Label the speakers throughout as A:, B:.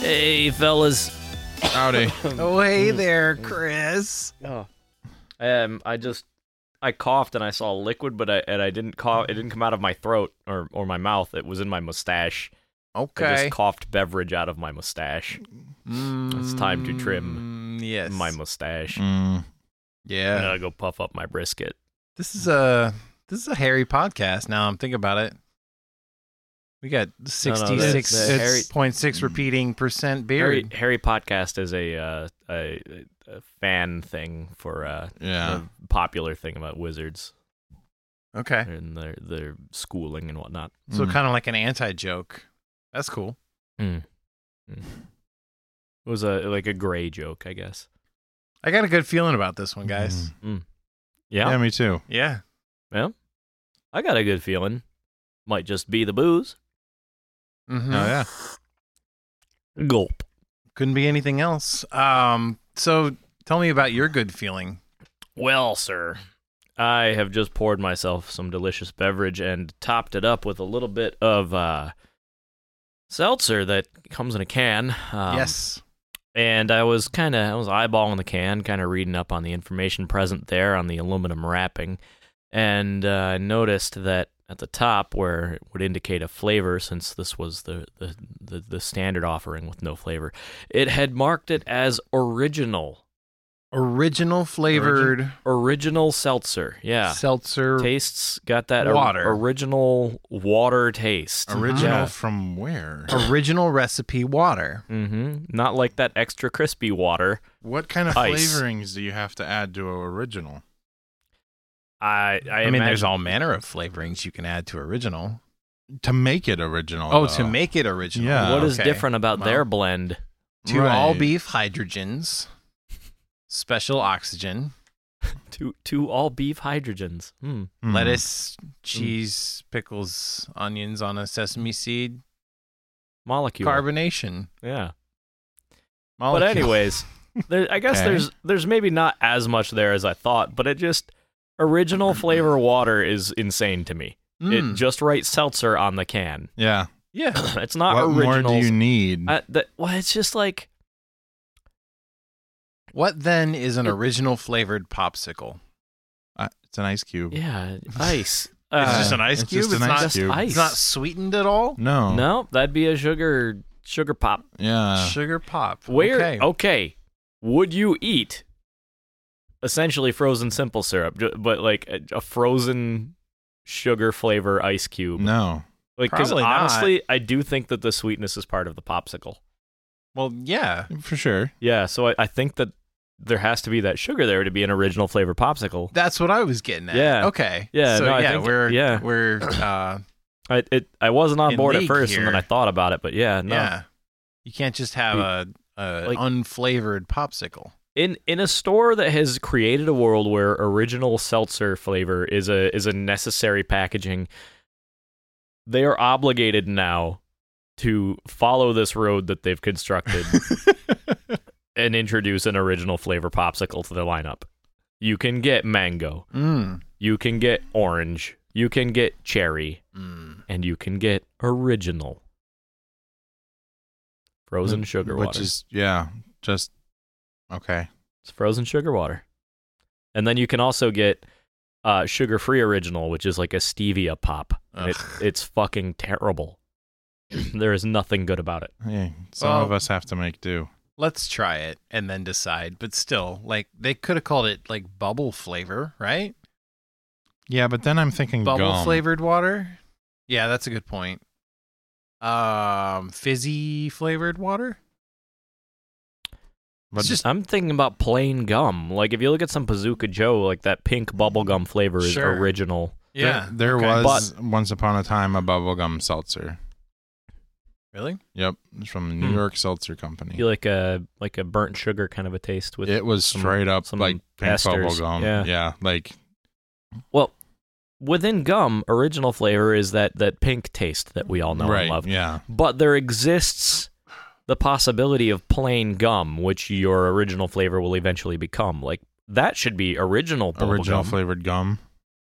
A: Hey, fellas.
B: Howdy.
C: Oh, hey
B: Mm.
C: there, Chris.
A: Oh. Um, I just I coughed and I saw liquid, but I and I didn't cough. It didn't come out of my throat or or my mouth. It was in my mustache. I
C: Okay.
A: just coughed beverage out of my mustache. It's time to trim
C: Mm, Yes.
A: My mustache.
B: Mm, yeah.
A: And I go puff up my brisket.
C: this is a this is a hairy podcast. Now I'm thinking about it. We got
A: that's-
C: sixty-six
A: that's hairy-
C: point six
B: Mm.
C: repeating percent
A: Harry,
C: beard.
A: Harry podcast is a uh, a, a fan thing for uh,
B: Yeah.
A: a popular thing about wizards
C: Okay.
A: and their their schooling and whatnot.
C: So
B: Mm.
C: kind of like an anti-joke. That's cool.
A: It was a like a gray joke, I guess.
C: I got a good feeling about this one, guys.
B: Mm.
A: Yeah,
B: Yeah. me too.
C: Yeah.
A: I got a good feeling. Might just be the booze.
C: Mm-hmm.
B: Oh yeah.
A: Gulp.
C: Couldn't be anything else. Um. So tell me about your good feeling.
A: Well, sir, I have just poured myself some delicious beverage and topped it up with a little bit of uh, seltzer that comes in a can. Um,
C: yes.
A: And I was kind of I was eyeballing the can, kind of reading up on the information present there on the aluminum wrapping, and uh, I noticed that at the top where it would indicate a flavor, since this was the the, the the standard offering with no flavor, it had marked it as original,
C: Original flavored
A: original seltzer. Yeah,
C: seltzer.
A: tastes got that or-
C: Water.
A: original water taste.
B: Original
A: Yeah.
B: from where?
C: original recipe water.
A: Mm-hmm. Not like that extra crispy water.
B: What kind of
A: Ice.
B: flavorings do you have to add to a original?
A: I I,
C: I, mean,
A: imagine-
C: there's all manner of flavorings you can add to original.
B: To make it original.
C: Oh,
B: though.
C: to make it original.
B: Yeah.
A: What is
C: oh, Okay.
A: different about
C: Well,
A: their blend?
C: Two all
B: Right.
C: beef hydrogens, special oxygen,
A: Two two all beef hydrogens. Hmm.
B: Mm.
C: lettuce, cheese, pickles, onions on a sesame seed,
A: Molecule.
C: carbonation.
A: Yeah. But
C: Molecule.
A: anyways, there, I guess
B: Okay.
A: there's there's maybe not as much there as I thought, but it just original flavor water is insane to me.
C: Mm,
A: It just writes seltzer on the can.
B: Yeah.
C: yeah.
A: it's not
B: what
A: original.
B: more do you need?
A: I, that, well, it's just like
C: What then is an
A: It-
C: original flavored popsicle?
B: Uh, it's an ice cube.
A: yeah, ice.
C: It's
A: Uh,
C: just an ice
B: it's
C: cube?
B: Just
C: It's
B: an
C: not-
B: ice
A: just
B: cube.
A: ice.
C: It's not sweetened at all.
B: No.
A: No, that'd be a sugar sugar pop.
B: Yeah.
C: Sugar pop.
A: Where Oh.
C: Okay.
A: okay. would you eat essentially frozen simple syrup, ju- but like a, a frozen sugar flavor ice cube?
B: No.
A: like because
C: probably not.
A: honestly, I do think that the sweetness is part of the popsicle.
C: Well, yeah.
B: For sure.
A: Yeah, so I, I think that there has to be that sugar there to be an original flavor popsicle.
C: That's what I was getting at.
A: Yeah.
C: Okay.
A: Yeah,
C: So
A: no, I
C: yeah,
A: think-
C: we're
A: yeah.
C: we're uh,
A: I it I wasn't on
C: In
A: board at
C: league
A: first, and then
C: here.
A: I thought about it, but yeah, no.
C: yeah. You can't just have a, a
A: Like-
C: unflavored popsicle.
A: in in a store that has created a world where original seltzer flavor is a is a necessary packaging they are obligated now to follow this road that they've constructed and introduce an original flavor popsicle to the lineup you can get mango
C: Mm.
A: you can get orange you can get cherry
C: Mm.
A: and you can get original frozen
B: Which-
A: sugar
B: Which
A: water
B: is yeah, just okay.
A: It's frozen sugar water. And then you can also get uh, sugar free original, which is like a stevia pop. And it,
C: Ugh.
A: it's fucking terrible. there is nothing good about it.
B: Yeah, some of
C: Well-
B: us have to make do.
C: Let's try it and then decide. But still, like they could have called it like bubble flavor, right?
B: Yeah, but then I'm thinking
C: Bubble
B: gum.
C: flavored water. Yeah, that's a good point. Um, fizzy flavored water.
B: But
C: It's just-
A: I'm thinking about plain gum. Like if you look at some Bazooka Joe, like that pink bubblegum flavor is
C: Sure.
A: original.
B: there,
C: Yeah,
B: there
C: okay.
B: was once upon a time a bubblegum seltzer.
C: really.
B: Yep, it's from the New
A: Hmm.
B: York Seltzer
A: You
B: Company.
A: feel like a like a burnt sugar kind of a taste with
B: it was
A: some-
B: straight up
A: some
B: like pink
A: esters.
B: bubblegum.
A: Yeah.
B: like
A: Well, within gum, original flavor is that that pink taste that we all know
B: right.
A: and love.
B: Yeah.
A: but there exists the possibility of plain gum, which your original flavor will eventually become. Like that should be original bubble
B: Original
A: gum.
B: flavored gum.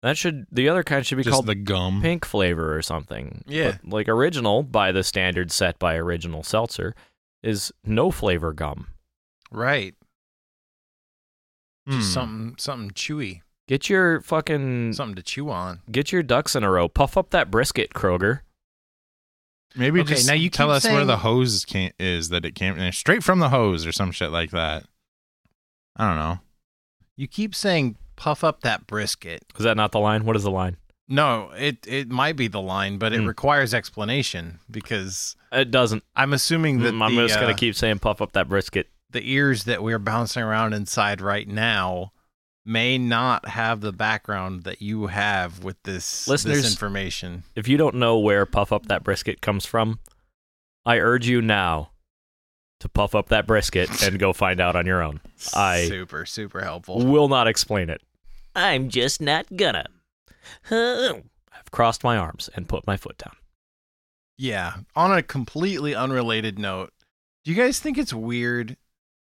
A: That should the other kind should be
B: just
A: called
B: the gum.
A: pink flavor or something.
C: Yeah.
A: But, like original by the standard set by original seltzer is no flavor gum.
C: Right. Just
B: Hmm.
C: something something chewy.
A: Get your fucking
C: Something to chew on.
A: get your ducks in a row. Puff up that brisket, Kroger.
B: Maybe
C: Okay,
B: just
C: now you
B: tell
C: keep
B: us where
C: saying-
B: the hose can- is that it came straight from the hose or some shit like that. I don't know.
C: You keep saying puff up that brisket.
A: Is that not the line? What is the line?
C: No, it it might be the line, but it
A: Hmm.
C: requires explanation because
A: It doesn't.
C: I'm assuming that
A: Mm, I'm
C: the,
A: just gonna
C: uh,
A: keep saying puff up that brisket.
C: the ears that we're bouncing around inside right now may not have the background that you have with this
A: Listeners-
C: this information.
A: If you don't know where puff up that brisket comes from, I urge you now to puff up that brisket and go find out on your own. I-
C: super super helpful.
A: Will not explain it. I'm just not gonna. I've crossed my arms and put my foot down.
C: Yeah. On a completely unrelated note, do you guys think it's weird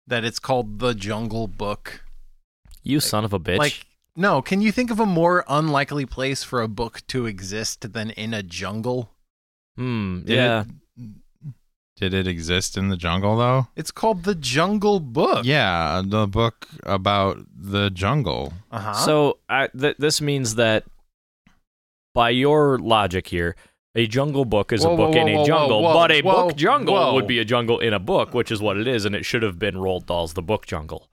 C: that it's called The Jungle Book?
A: You son of a bitch.
C: Like, no, can you think of a more unlikely place for a book to exist than in a jungle?
A: hmm.
B: Did
A: Yeah.
B: It, did it exist in the jungle though?
C: It's called The Jungle Book.
B: Yeah, the book about the jungle.
C: Uh-huh.
A: So I, th- this means that, by your logic here, a jungle book is
C: Whoa,
A: a book
C: whoa,
A: in a
C: whoa, whoa,
A: jungle,
C: whoa,
A: but a
C: whoa,
A: book jungle
C: whoa.
A: would be a jungle in a book, which is what it is, and it should have been Roald Dahl's The Book Jungle.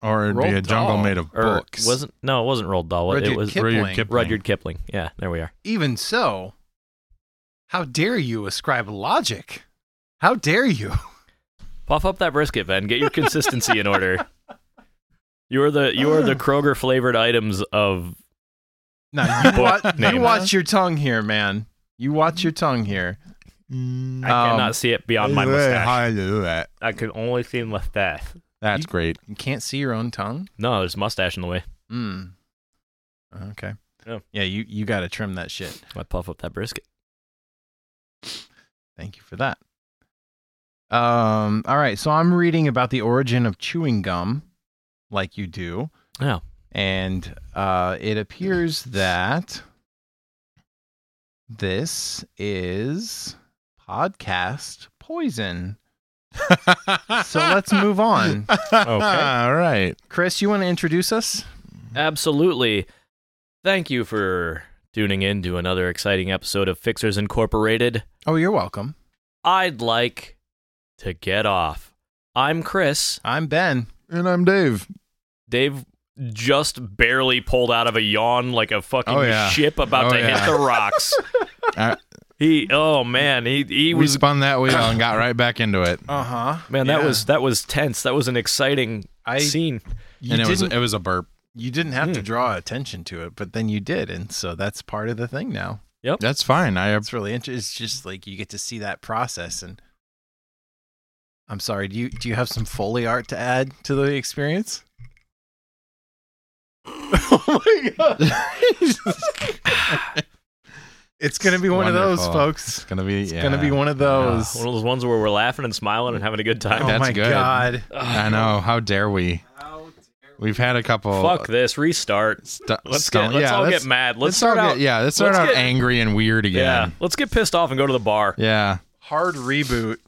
B: Or it'd be
C: Roald
B: a jungle
C: Dahl.
B: made of
A: Or
B: books.
A: wasn't? No, it wasn't Roald Dahl. It
C: Rudyard
A: was
C: Kipling.
B: Rudyard Kipling.
A: Rudyard Kipling. Yeah, there we are.
C: Even so, how dare you ascribe logic? How dare you?
A: Puff up that brisket, Ben. Get your consistency in order. You are the you are the Kroger flavored items of
C: No, you,
A: Book
C: wa- you
A: name.
C: watch your tongue here, man. You watch your tongue here.
B: Mm,
A: I
C: Um,
A: cannot see it beyond my
B: yeah,
A: mustache.
B: how do that?
A: I can only see mustache.
B: That's great.
C: You can't see your own tongue?
A: No, there's mustache in the way.
C: Mm. Okay.
A: Yeah.
C: Yeah, you, you got to trim that shit.
A: I puff up that brisket.
C: Thank you for that. Um, all right. So I'm reading about the origin of chewing gum, like you do.
A: Oh.
C: And uh, it appears that this is podcast poison. So let's move on.
B: All right.
C: Chris, you want to introduce us?
A: Mm-hmm. Absolutely. Thank you for tuning in to another exciting episode of Fixers Incorporated.
C: Oh, you're welcome.
A: I'd like to get off. I'm Chris.
C: I'm Ben.
B: And I'm Dave.
A: Dave just barely pulled out of a yawn like a fucking
B: Oh, yeah.
A: ship about
B: Oh,
A: to
B: yeah.
A: hit the rocks.
B: Uh,
A: he oh man, he he
B: we
A: was
B: spun that wheel and got right back into it.
C: Uh huh.
A: man, that was that was tense. That was an exciting
C: I.
A: scene.
C: You
B: and it was
C: didn't,
B: it was a burp.
C: you didn't have to
A: Mm.
C: draw attention to it, but then you did, and so that's part of the thing now.
B: That's fine. I
C: It's really interesting. It's just like you get to see that process. And I'm sorry, do you do you have some foley art to add to the experience? oh my god! it's gonna be one of those,
B: Wonderful.
C: folks.
B: It's gonna be.
C: It's gonna be one of
A: Uh,
C: those.
A: one of those ones where we're laughing and smiling and having a good time.
C: oh
B: That's
C: my
B: good.
C: god!
B: I know. How dare we? We've had a couple.
A: Fuck this. Restart.
B: stu-
A: Let's
B: stu-
A: get, let's
B: yeah,
A: all get
B: let's,
A: mad. Let's,
B: let's
A: start
B: all get-
A: out. Yeah,
B: yeah, let's start
A: let's
B: out
A: get-
B: angry and weird again.
A: Let's get pissed off and go to the bar.
B: Yeah.
C: Hard reboot.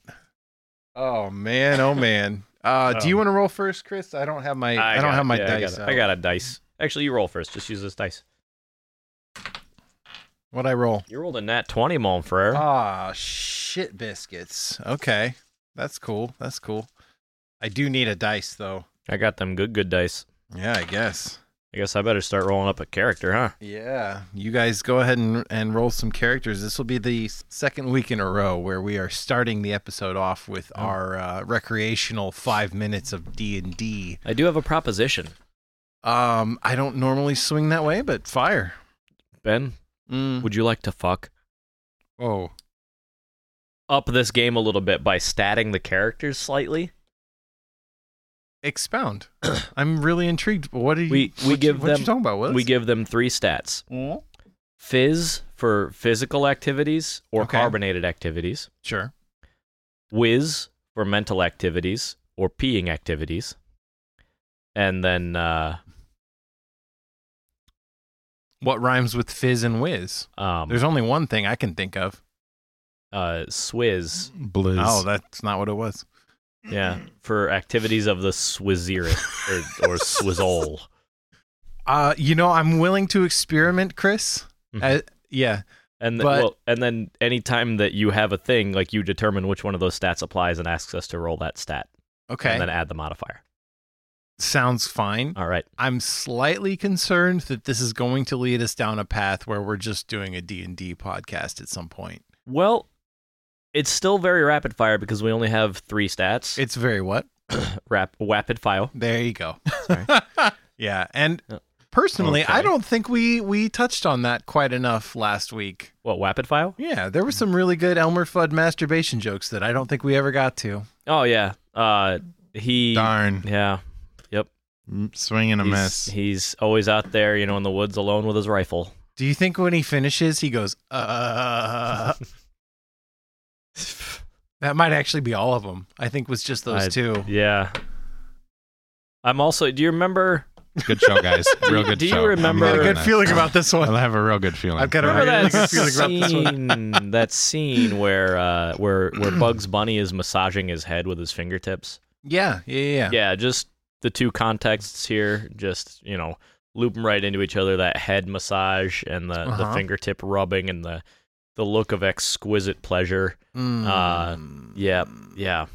C: Oh man! Oh man! Uh, do you
A: Um,
C: want to roll first, Chris? I don't have my I, don't
A: got-
C: have my
A: yeah,
C: dice.
A: I got,
C: out.
A: a- I got a dice. Actually, you roll first. Just use this dice.
C: what I roll.
A: You rolled a nat 20, mon frere.
B: Uh,
C: Ah, shit biscuits. Okay. That's cool. That's cool. I do need a dice though.
A: I got them good, good dice.
C: Yeah, I guess.
A: I guess I better start rolling up a character, huh?
C: Yeah. You guys go ahead and and roll some characters. This will be the s- second week in a row where we are starting the episode off with
A: Oh.
C: our uh, recreational 5 minutes of D&D.
A: I do have a proposition.
C: Um, I don't normally swing that way, but fire.
A: Ben,
C: Mm.
A: would you like to fuck?
B: Oh.
A: Up this game a little bit by statting the characters slightly.
C: Expound. I'm really intrigued. What are you
A: We- we
C: what
A: give
C: you, what
A: them-
C: you talking about? What?
A: We give them three stats Fizz for physical activities or
C: Okay.
A: carbonated activities,
C: Sure.
A: Whiz for mental activities or peeing activities, and then uh,
C: What rhymes with fizz and whiz?
A: um,
C: There's only one thing I can think of.
A: uh, Swizz.
B: Blizz.
C: Oh, that's not what it was.
A: Yeah, for activities of the Swizzirit or, or Swizzle.
C: Uh, you know, I'm willing to experiment, Chris.
A: Mhm.
C: Uh, yeah.
A: And th-
C: But-
A: well, and then anytime that you have a thing, like you determine which one of those stats applies and asks us to roll that stat,
C: Okay.
A: and then add the modifier.
C: Sounds fine.
A: All right.
C: I'm slightly concerned that this is going to lead us down a path where we're just doing a D&D podcast at some point.
A: Well, it's still very rapid fire because we only have three stats.
C: It's very what?
A: Rap- rapid file.
C: There you go.
A: Sorry.
C: yeah, and
A: Yeah.
C: personally, I
B: Okay.
C: don't think we we touched on that quite enough last week.
A: What rapid file?
C: Yeah, there were some really good Elmer Fudd masturbation jokes that I don't think we ever got to.
A: Oh yeah. Uh, he.
B: Darn.
A: Yeah.
B: Mm, Swing and a
A: he's,
B: miss.
A: He's always out there, you know, in the woods alone with his rifle.
C: Do you think when he finishes, he goes, "Uh"? that might actually be all of them. I think was just those
A: I-
C: two.
A: Yeah. I'm also. Do you remember?
B: Good show, guys. Real good
A: Do you
B: show. I'm
A: remember-
C: I got a
B: loving
C: good
B: that.
C: feeling about this one.
B: I'll have a real good feeling.
C: I've got a
A: Remember
C: I really
A: that
C: got a feeling about this
A: scene? that scene where uh, where where Bugs Bunny is massaging his head with his fingertips.
C: Yeah, yeah, yeah.
A: Yeah, just the two contexts here. Just you know, loop them right into each other. That head massage and the, the
C: Uh-huh.
A: fingertip rubbing and the the look of exquisite pleasure.
C: Mm.
A: Uh, yeah, Yeah,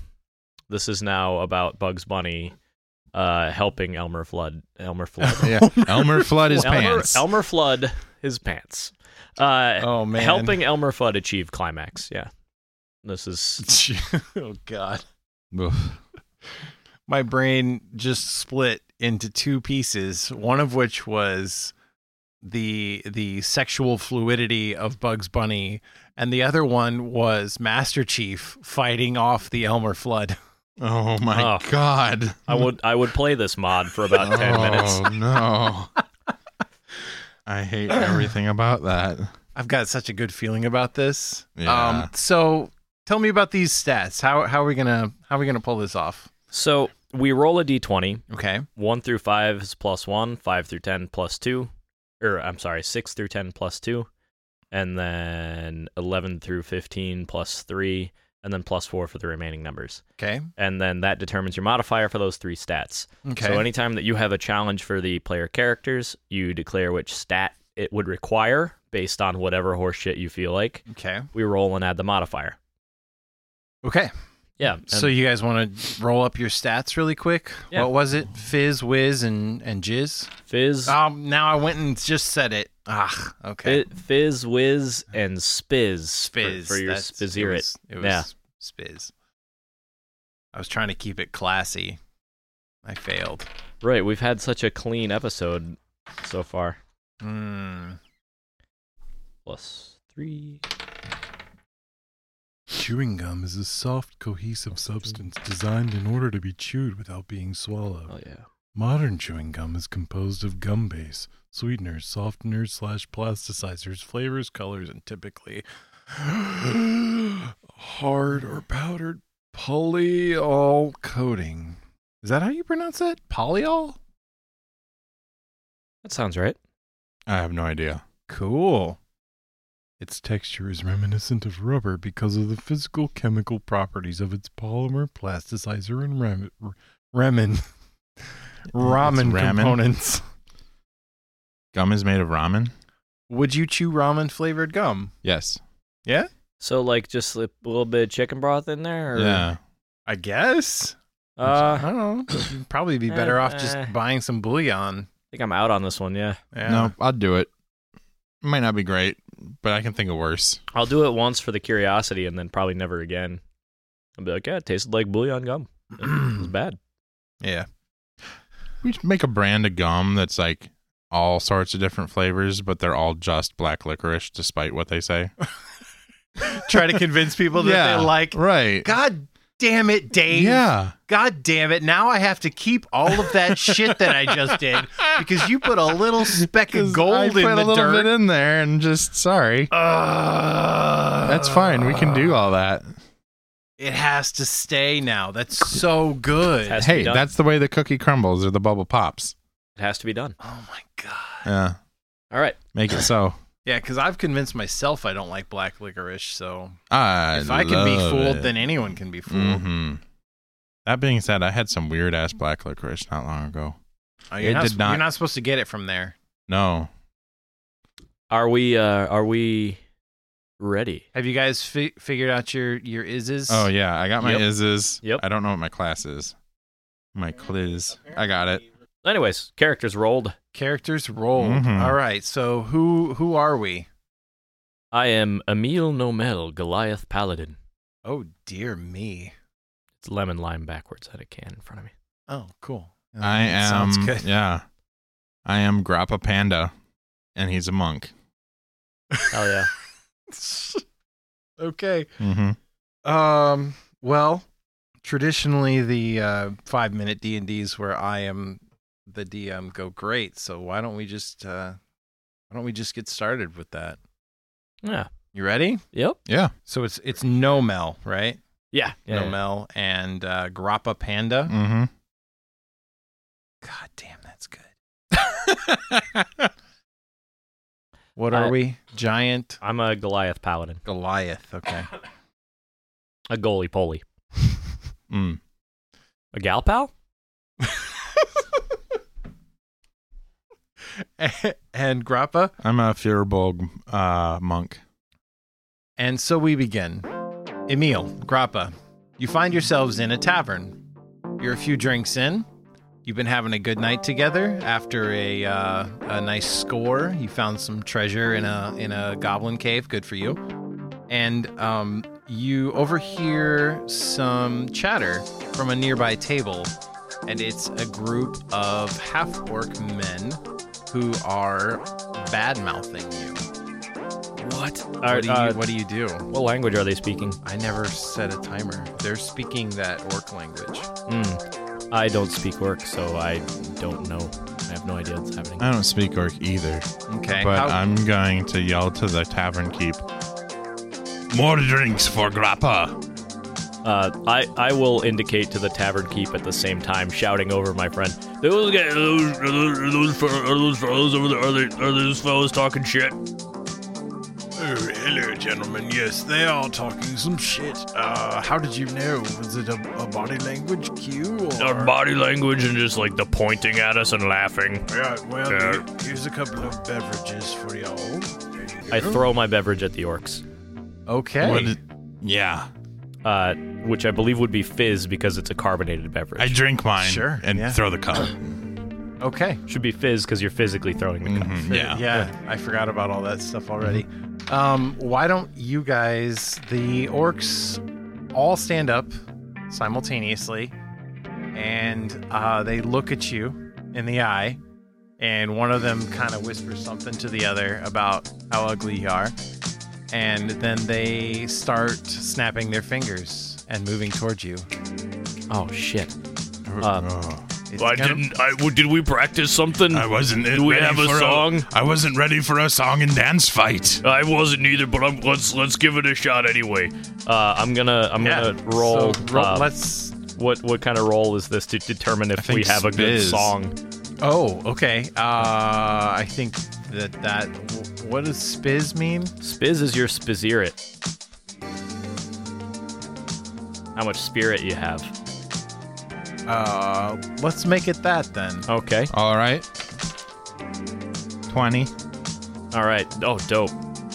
A: this is now about Bugs Bunny uh, helping Elmer Flood. Elmer Flood.
B: Yeah. Elmer Flood his
A: Elmer,
B: pants.
A: Elmer Flood his pants. Uh,
C: Oh man,
A: helping Elmer Fudd achieve climax. Yeah, this is
C: oh god,
B: Oof.
C: my brain just split into two pieces. One of which was the the sexual fluidity of Bugs Bunny, and the other one was Master Chief fighting off the Elmer Flood.
B: Oh my
A: Oh.
B: god.
A: I would I would play this mod for about ten minutes.
B: Oh no. I hate everything about that.
C: I've got such a good feeling about this.
B: Yeah.
C: Um, so tell me about these stats. How how are we gonna how are we gonna pull this off?
A: So we roll a d20.
C: Okay.
A: One through five is plus one. Five through ten plus two, or I'm sorry, six through ten plus two, and then eleven through fifteen plus three, and then plus four for the remaining numbers.
C: Okay.
A: And then that determines your modifier for those three stats.
C: Okay.
A: So anytime that you have a challenge for the player characters, you declare which stat it would require based on whatever horseshit you feel like.
C: okay.
A: We roll and add the modifier.
C: Okay.
A: Yeah. and-
C: So you guys want to roll up your stats really quick?
A: Yeah.
C: What was it? Fizz, whiz, and and jizz.
A: fizz,
C: Um, now I went and just said it. Ah, okay.
A: fi- fizz, whiz, and spizz. for-
C: Spizz
A: for, your
C: that's- It
A: spizzirit.
C: was, it was
A: Yeah.
C: spizz. I was trying to keep it classy. I failed.
A: Right. We've had such a clean episode so far.
C: Mm.
A: Plus three.
D: Chewing gum is a soft, cohesive substance designed in order to be chewed without being swallowed.
A: Oh yeah.
D: Modern chewing gum is composed of gum base, sweeteners, softeners, slash plasticizers, flavors, colors, and typically hard or powdered polyol coating.
C: Is that how you pronounce it? Polyol.
A: That sounds right.
B: I have no idea.
C: Cool.
D: Its texture is reminiscent of rubber because of the physical chemical properties of its polymer, plasticizer, and ram- r- ramen.
B: It's
D: ramen,
B: ramen.
D: components.
B: Gum is made of ramen?
C: Would you chew ramen flavored gum?
B: Yes.
A: So like just a little bit of chicken broth in there. Or,
B: Yeah.
C: I guess.
A: Uh,
C: I
A: I
C: don't know. You'd probably be better off just
A: Uh, uh.
C: buying some bouillon.
A: think I'm out on this one. Yeah.
C: Yeah.
B: No, I'll do it. Might not be great, but I can think of worse.
A: I'll do it once for the curiosity and then probably never again. I'll be like, yeah, it tasted like bouillon gum. It was bad.
C: Yeah.
B: We should make a brand of gum that's like all sorts of different flavors, but they're all just black licorice, despite what they say.
C: Try to convince people that
B: Yeah,
C: they like.
B: Right.
C: God damn it, Dave.
B: Yeah.
C: God damn it. Now I have to keep all of that shit that I just did because you put a little speck of
B: 'Cause I
C: gold
B: put
C: in
B: a
C: the
B: little
C: dirt.
B: bit in there, and just sorry.
C: Ugh.
B: That's fine. We can do all that.
C: It has to stay now. That's so good.
A: Has to be
B: hey,
A: done.
B: that's the way the cookie crumbles or the bubble pops.
A: It has to be done.
C: oh my god.
B: Yeah.
A: All right.
B: Make it so.
C: Yeah, because I've convinced myself I don't like black licorice. So
B: I
C: if I can be
B: love
C: fooled,
B: it.
C: then anyone can be fooled.
B: Mhm. That being said, I had some weird ass black licorice not long ago.
C: Oh, you're,
B: It
C: not,
B: did
C: sp-
B: not-
C: you're not supposed to get it from there.
B: No,
A: Are we? Uh, are we ready?
C: Have you guys fi- figured out your your ises?
B: Oh yeah, I got my
A: Yep.
B: ises.
A: Yep.
B: I don't know what my class is. My quiz. I got it.
A: Anyways, characters rolled.
C: Characters rolled.
B: Mhm.
C: All right. So who who are we?
A: I am Emil Nomel, Goliath Paladin.
C: Oh dear me.
A: It's lemon lime backwards out of can in front of me.
C: Oh, cool. Uh,
B: I am.
C: Sounds good.
B: Yeah. I am Grappa Panda, and he's a monk.
A: Hell yeah.
C: okay.
B: Mm-hmm.
C: Um. Well, traditionally the uh, five minute D and D's where I am the DM go great. So why don't we just uh, why don't we just get started with that?
A: yeah.
C: You ready?
A: Yep.
B: Yeah.
C: So it's it's no Mel, right?
A: Yeah. yeah, Mm.
C: no Mel and uh, Grappa Panda.
B: Mm-hmm.
C: God damn, that's good. What are
A: I-
C: we? Giant
A: I'm a Goliath Paladin.
C: Goliath. Okay.
A: A goalie poly.
B: mm.
A: A gal pal?
C: and Grappa.
B: I'm a Firbolg uh, monk.
C: And so we begin. Emil, Grappa, you find yourselves in a tavern. You're a few drinks in. You've been having a good night together after a uh, a nice score. You found some treasure in a in a goblin cave. Good for you. And um, you overhear some chatter from a nearby table, and it's a group of half orc men who are bad mouthing you.
A: What?
C: What do you, what do you do?
A: what language are they speaking?
C: I never set a timer. They're speaking that orc language.
A: Mm. I don't speak orc, so I don't know. I have no idea what's happening.
B: I don't speak orc either,
C: Okay.
B: but
C: how-
B: I'm going to yell to the tavern keep. More drinks for Grappa.
A: Uh, I, I will indicate to the tavern keep at the same time, shouting over my friend. Those guys, those, are those, are those, fel- are those fellows over there, are, they, are those fellows talking shit?
D: Oh, hello, gentlemen. Yes, they are talking some shit. Uh, how did you know? Was it a, a body language cue? Or...
A: Our body language and just like the pointing at us and laughing.
D: Right, well,
A: Yeah.
D: here- here's a couple of beverages for y'all. There you go.
A: I throw my beverage at the orcs,
C: okay.
B: What did- yeah,
A: uh, which I believe would be fizz because it's a carbonated beverage.
B: I drink mine.
C: Sure,
B: and
C: yeah.
B: throw the cup.
C: okay.
A: Should be fizz because you're physically throwing the cup.
E: Mm-hmm.
B: Mhm, Yeah.
C: Yeah. I forgot about all that stuff already. Um, why don't you guys, the orcs, all stand up simultaneously, and uh, they look at you in the eye, and one of them kind of whispers something to the other about how ugly you are, and then they start snapping their fingers and moving towards you.
A: Oh shit!
B: Uh,
C: It's
E: I
C: kind of-
E: didn't. I w- did we practice something?
B: I
E: I
B: wasn't.
E: Do we
B: ready
E: have a
B: for
E: song?
B: I I wasn't ready for a song and dance fight.
E: I wasn't either, but I'm, let's let's give it a shot anyway.
A: Uh, I'm gonna I'm
C: Yeah.
A: gonna roll.
C: So, ro-
A: uh,
C: let's.
A: what what kind of roll is this to determine if we
B: think
A: have a good
B: Spiz.
A: song?
C: Oh, okay. Uh, I think that that. What does spiz mean?
A: Spiz is your spizirit. How much spirit you have?
C: Uh, let's make it that then.
A: Okay.
B: All right.
A: Oh.
B: Twenty.
A: All right. Oh, dope.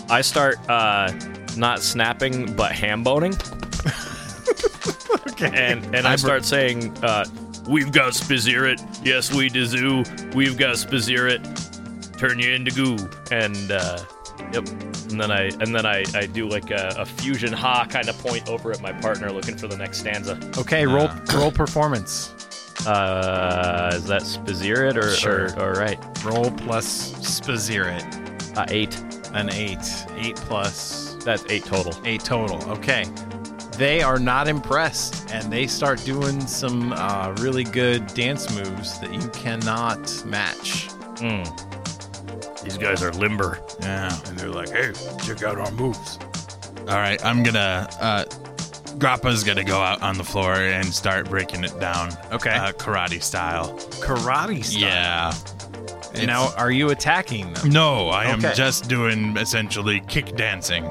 A: I start uh, not snapping but ham boning. okay. And and I,
B: I br-
A: start saying, uh,
E: We've got Spizirit. Yes, we do. zoo. We've got Spizirit. Turn you into goo.
A: and uh, yep. And then I and then I, I do like a, a fusion ha kind of point over at my partner looking for the next stanza.
C: Okay, roll roll performance.
A: Uh, is that spizirit or
C: Sure.
A: or all right?
C: Roll plus spizirit.
A: Uh, eight.
C: An eight. Eight plus
A: That's eight total.
C: eight total. Okay. They are not impressed, and they start doing some uh, really good dance moves that you cannot match.
E: These guys are limber.
B: Yeah.
D: And they're like, hey, check out our moves.
B: All right. I'm gonna. Uh, Grappa's gonna go out on the floor and start breaking it down.
C: Okay.
B: Uh, karate style.
C: Karate style.
B: Yeah.
C: And now, are you attacking them?
B: No, I am
C: Okay.
B: just doing essentially kick dancing.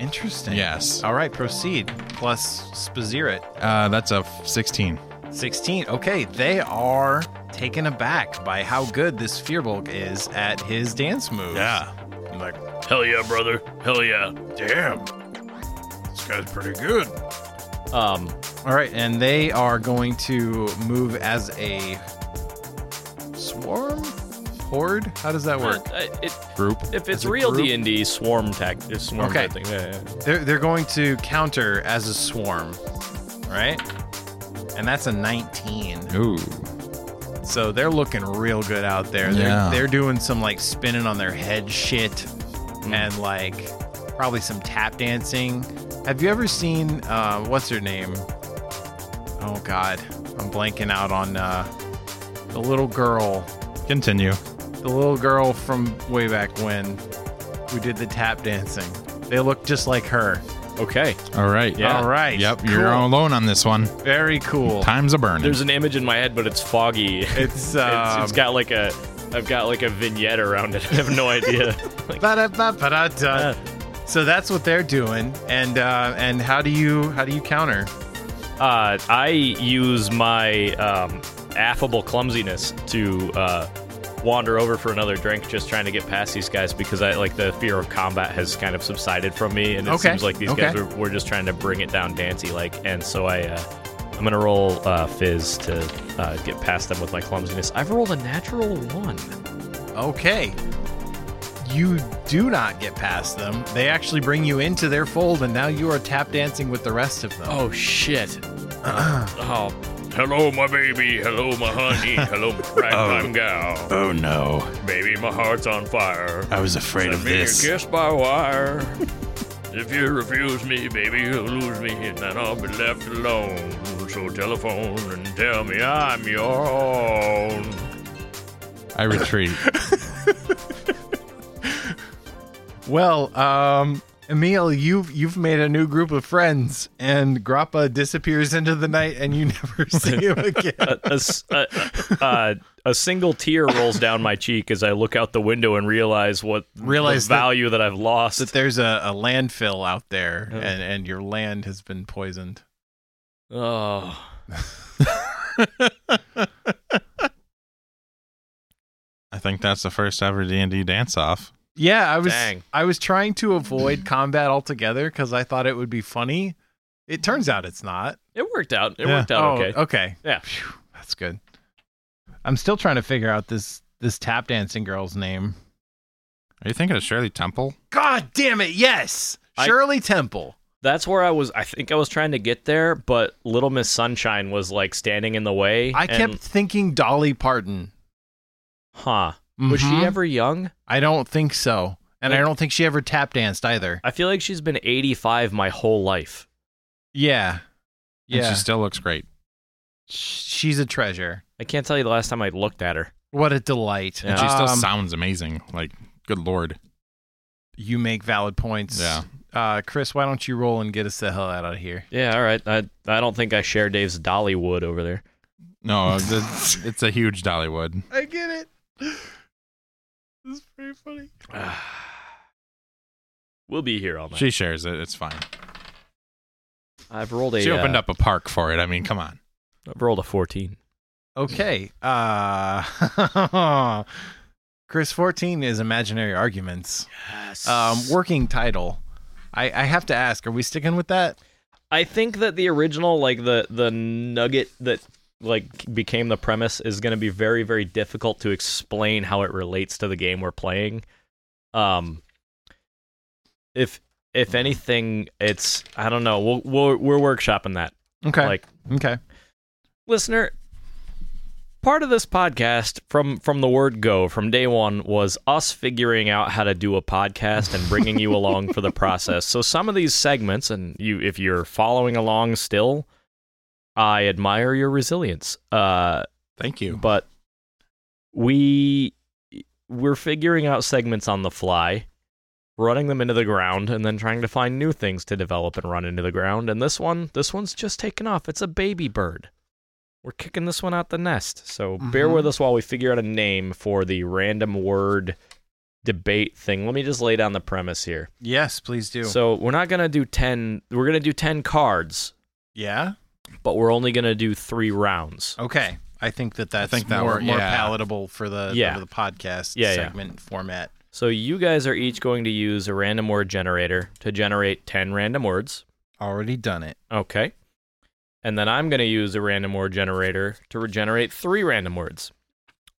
C: Interesting.
B: Yes.
C: All right, proceed. Plus Spazirit.
B: Uh, that's a f- 16.
C: 16. Okay, they are taken aback by how good this Fearbulk is at his dance moves. I'm like,
E: Hell yeah, brother. Hell yeah.
C: damn. This guy's pretty good.
A: Um,
C: All right, and they are going to move as a swarm? Horde? How does that work?
A: uh, it,
B: Group.
A: if
C: As
A: it's
C: a
A: real
C: group?
A: D and D, swarm tech, uh, swarm
C: Okay.
A: thing. Yeah, yeah.
C: They're, they're going to counter as a swarm, right? And that's a 19.
B: Ooh.
C: So they're looking real good out there. They're,
B: Yeah.
C: they're doing some like spinning on their head shit and like probably some tap dancing. Have you ever seen, uh, what's her name? Oh God, I'm blanking out on uh, the little girl.
B: Continue.
C: The little girl from way back when who did the tap dancing. They look just like her.
A: Okay.
B: All right.
A: Yeah.
C: All right.
B: Yep, you're
C: cool.
B: all alone on this one.
C: Very cool.
B: Time's a burn.
A: There's an image in my head, but it's foggy.
C: It's,
A: It's-
C: um,
A: it's got like a, I've got like a vignette around it. I have no idea. Like,
C: Ba-da-ba-ba-da-da. So that's what they're doing, and uh, and how do you how do you counter?
A: uh, I use my um, affable clumsiness to uh, wander over for another drink, just trying to get past these guys because I like the fear of combat has kind of subsided from me, and it
C: Okay.
A: seems like these
C: Okay.
A: guys were, were just trying to bring it down, dancy like, and so I. Uh, I'm gonna roll uh, fizz to uh, get past them with my clumsiness. I've rolled a natural one.
C: Okay, you do not get past them. They actually bring you into their fold, and now you are tap dancing with the rest of them.
A: Oh shit! oh
E: Hello, my baby. Hello, my honey. Hello, my ragtime gal.
B: oh no.
E: Baby, my heart's on fire.
B: I was afraid
E: Send me a kiss by wire. if you refuse me, baby, you'll lose me, and then I'll be left alone. So telephone and tell me I'm your own.
B: I retreat.
C: Well, um, Emil, you've you've made a new group of friends, and Grappa disappears into the night, and you never see him again.
A: a, s- a- a- a single tear rolls down my cheek as I look out the window and realize what
C: Realize
A: the
C: that-
A: value that, I've lost.
C: That there's a, a landfill out there, and and your land has been poisoned.
A: oh,
B: I think that's the first ever D&D dance off.
C: Yeah, I was
A: Dang.
C: I was trying to avoid combat altogether because I thought it would be funny. It turns out it's not. Oh,
A: it worked out. It
B: Yeah.
A: worked out okay.
C: Okay.
A: Yeah.
C: Phew, that's good. I'm still trying to figure out this this tap dancing girl's name.
B: Are you thinking of Shirley Temple?
C: God damn it! Yes,
A: I-
C: Shirley Temple.
A: That's where I was. I think I was trying to get there, but Little Miss Sunshine was like standing in the way.
C: I
A: and-
C: kept thinking Dolly Parton.
A: huh? Was
C: Mhm.
A: she ever young?
C: I don't think so, and I
A: Like-
C: don't think she ever tap danced either.
A: I feel like she's been 85 my whole life.
C: Yeah.
B: And
C: Yeah.
B: she still looks great.
C: She's a treasure.
A: I can't tell you the last time I looked at her.
C: What a delight.
B: And she still
C: Um,
B: sounds amazing. Like, good lord.
C: you make valid points.
B: Yeah.
C: Uh, Chris, why don't you roll and get us the hell out of here?
A: Yeah, all right. I I don't think I share Dave's Dollywood over there.
B: No, it's, it's a huge Dollywood.
C: I get it. This is pretty funny.
A: We'll be here all night.
B: She shares it. It's fine.
A: I've rolled a.
B: She opened
A: uh,
B: up a park for it. I mean, come on.
A: I've rolled a 14.
C: Okay. Uh, Chris 14 is imaginary arguments.
A: Yes.
C: Um, working title. I, I have to ask, are we sticking with that?
A: I think that the original, like the the nugget that like became the premise, is going to be very very difficult to explain how it relates to the game we're playing. Um, if if anything, it's I don't know. We'll, we'll we're workshopping that.
C: Okay.
A: Like
C: okay.
A: listener part of this podcast from from the word go from day one was us figuring out how to do a podcast and bringing you along for the process so some of these segments and you if you're following along still i admire your resilience uh
B: Thank you.
A: but we we're figuring out segments on the fly running them into the ground and then trying to find new things to develop and run into the ground and this one this one's just taken off it's a baby bird we're kicking this one out the nest. So bear with us while we figure out a name for the random word debate thing. Let me just lay down the premise here.
C: Yes, please do.
A: So we're not gonna do ten. We're gonna do ten cards,
C: yeah.
A: but we're only gonna do three rounds.
C: Okay. I think that that's
B: think that
C: more,
B: wor-
C: more
B: yeah.
C: palatable for the
A: Yeah.
C: for the podcast
A: Yeah, yeah.
C: segment format.
A: So you guys are each going to use a random word generator to generate ten random words.
C: Already done it.
A: Okay. And then I'm going to use a random word generator to regenerate three random words.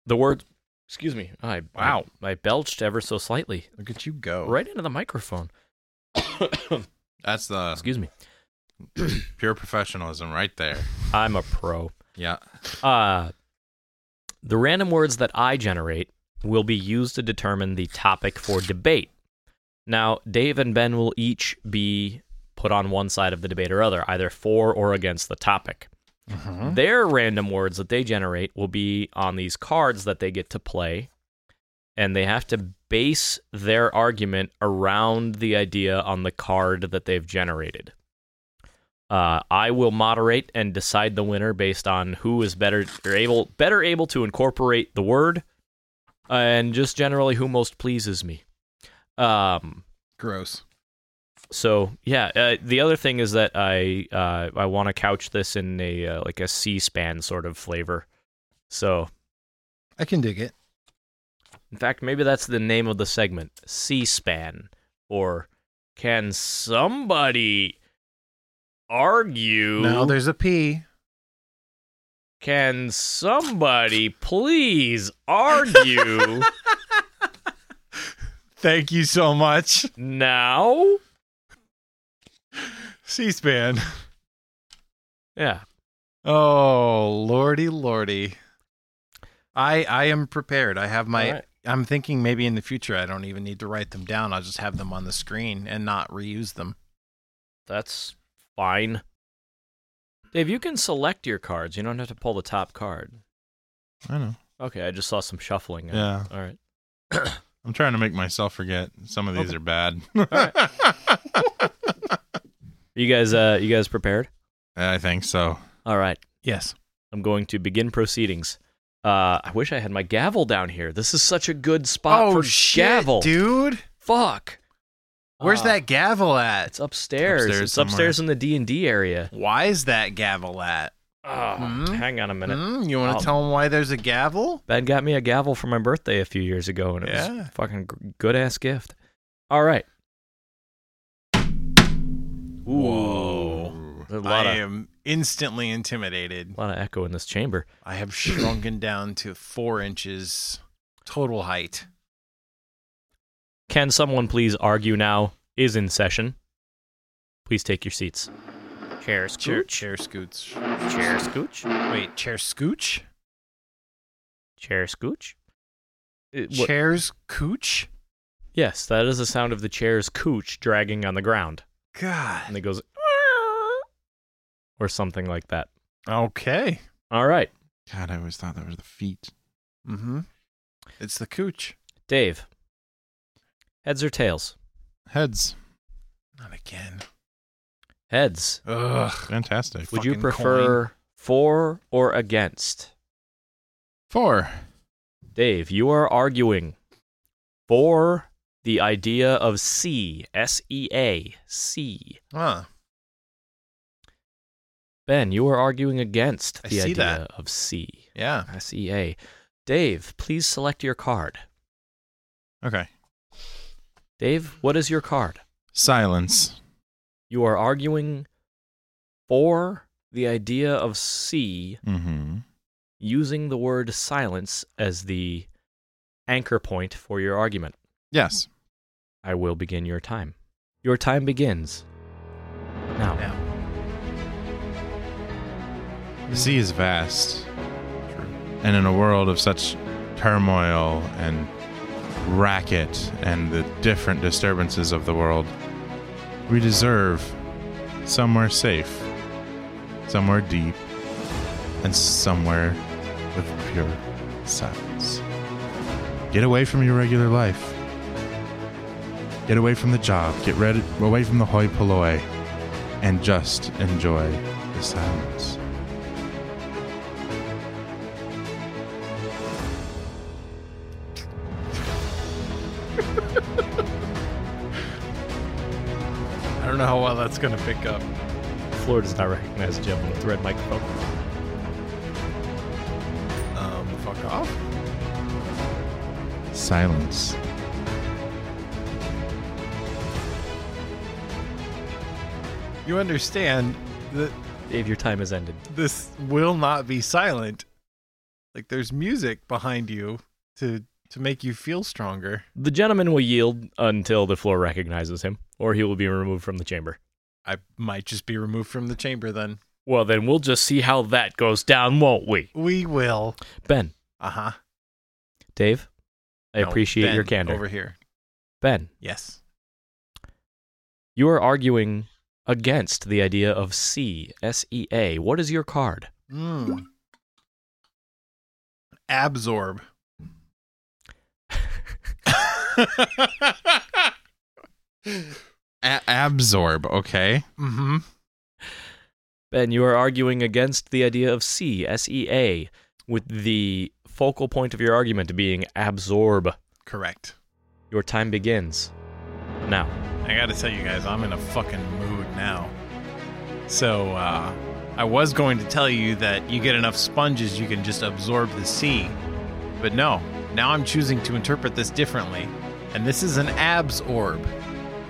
A: The word, excuse me, I
C: Wow. Oh.
A: I, I belched ever so slightly
C: Look at you go.
A: right into the microphone.
B: That's the
A: excuse me,
B: pure professionalism right there.
A: I'm a pro.
B: Yeah.
A: Uh, the random words that I generate will be used to determine the topic for debate. Now, Dave and Ben will each be put on one side of the debate or other, either for or against the topic. Their random words that they generate will be on these cards that they get to play, and they have to base their argument around the idea on the card that they've generated. Uh, I will moderate and decide the winner based on who is better or able better able to incorporate the word, and just generally who most pleases me. Um,
C: Gross.
A: so yeah, uh, the other thing is that I uh, I want to couch this in a uh, like a C-SPAN sort of flavor. So
C: I can dig it.
A: in fact, maybe that's the name of the segment, C-SPAN, or can somebody argue?
C: Now there's a P.
A: Can somebody please argue
C: Thank you so much.
A: now?
C: C-SPAN.
A: Yeah.
C: Oh, lordy, lordy. I I am prepared. I have my.
A: All right.
C: I'm thinking maybe in the future I don't even need to write them down. I'll just have them on the screen and not reuse them.
A: That's fine. Dave, you can select your cards. You don't have to pull the top card.
B: I know.
A: Okay, I just saw some shuffling.
B: Yeah.
A: All right.
B: I'm trying to make myself forget. Some of these are bad.
A: You guys uh you guys prepared?
B: I think so.
A: All right.
C: Yes.
A: I'm going to begin proceedings. Uh I wish I had my gavel down here. This is such a good spot for gavel.
C: Oh, dude.
A: Fuck.
C: Where's
A: Uh,
C: that gavel at?
A: It's upstairs.
B: Upstairs
A: it's upstairs in the D&D area.
C: Why is that gavel at?
A: Oh,
C: Hmm?
A: hang on a minute.
C: Mm, you want
A: Um,
C: to tell them why there's a gavel?
A: Ben got me a gavel for my birthday a few years ago, and it was
C: Yeah.
A: a fucking good ass gift. All right. Ooh,
C: Whoa.
A: There's a lot
C: I
A: of,
C: am instantly intimidated.
A: lot of echo in this chamber.
C: I have shrunken down to four inches total height.
A: Can someone please argue now? Is in session. Please take your seats. Chair
C: Chair,
A: scooch.
C: chair scoots.
A: Chair scooch.
C: Wait, chair scooch?
A: Chair scooch. It- Uh, what-
C: Chairs cooch?
A: yes, that is the sound of the chair's cooch dragging on the ground,
C: God.
A: and it goes or something like that.
C: Okay.
A: All right,
B: God, I always thought that was the feet.
C: Mm-hmm. It's the cooch.
A: Dave. Heads or tails?
B: Heads.
C: Not again.
A: Heads.
C: Ugh.
B: Fantastic.
A: Would you
C: Fucking coin.
A: prefer for or against?
B: Four.
A: Dave, you are arguing for the idea of C, S E A, C.
C: Huh.
A: Ben, you are arguing against
C: I
A: the
C: see
A: idea
C: that.
A: of C,
C: Yeah.
A: S E A. Dave, please select your card.
B: Okay.
A: Dave, what is your card?
B: Silence.
A: You are arguing for the idea of C
B: Mm-hmm.
A: using the word silence as the anchor point for your argument.
B: Yes.
A: I will begin your time. Your time begins. Now,
C: Now.
B: The sea is vast. And in a world of such turmoil and racket and the different disturbances of the world, we deserve somewhere safe, somewhere deep, and somewhere with pure silence. Get away from your regular life. Get away from the job. Get rid- away from the hoi polloi and just enjoy the silence.
C: I don't know how well that's going to pick up.
A: Floor does not recognize Jim with the red microphone.
C: Um, fuck off.
B: Silence.
C: You understand that
A: Dave, your time has ended.
C: this will not be silent. Like there's music behind you to to make you feel stronger.
A: The gentleman will yield until the floor recognizes him, or he will be removed from the chamber.
C: I might just be removed from the chamber then.
A: Well, then we'll just see how that goes down, won't we?
C: We will.
A: Ben,
C: Uh huh.
A: Dave, I appreciate your candor.
C: Over here.
A: Ben,
C: Yes.
A: you are arguing against the idea of C, S E A. What is your card?
C: Mm. Absorb.
B: A- absorb, okay?
C: Mm-hmm.
A: Ben, you are arguing against the idea of C, S E A, with the focal point of your argument being absorb.
C: Correct.
A: Your time begins. Now.
C: I gotta tell you guys, I'm in a fucking mood now. So, uh, I was going to tell you that you get enough sponges, you can just absorb the sea. But no, now I'm choosing to interpret this differently. And this is an abs orb.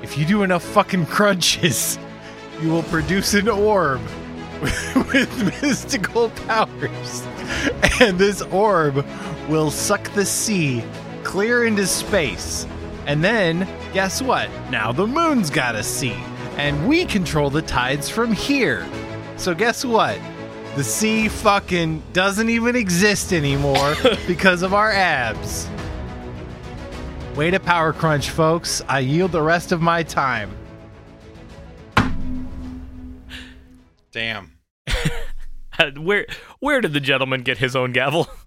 C: If you do enough fucking crunches, you will produce an orb with, with mystical powers. And this orb will suck the sea clear into space. And then, guess what? Now the moon's got a sea, and we control the tides from here. So, guess what? The sea fucking doesn't even exist anymore because of our abs. Way to power crunch, folks. I yield the rest of my time.
B: Damn.
A: where where did the gentleman get his own gavel?
C: Oh,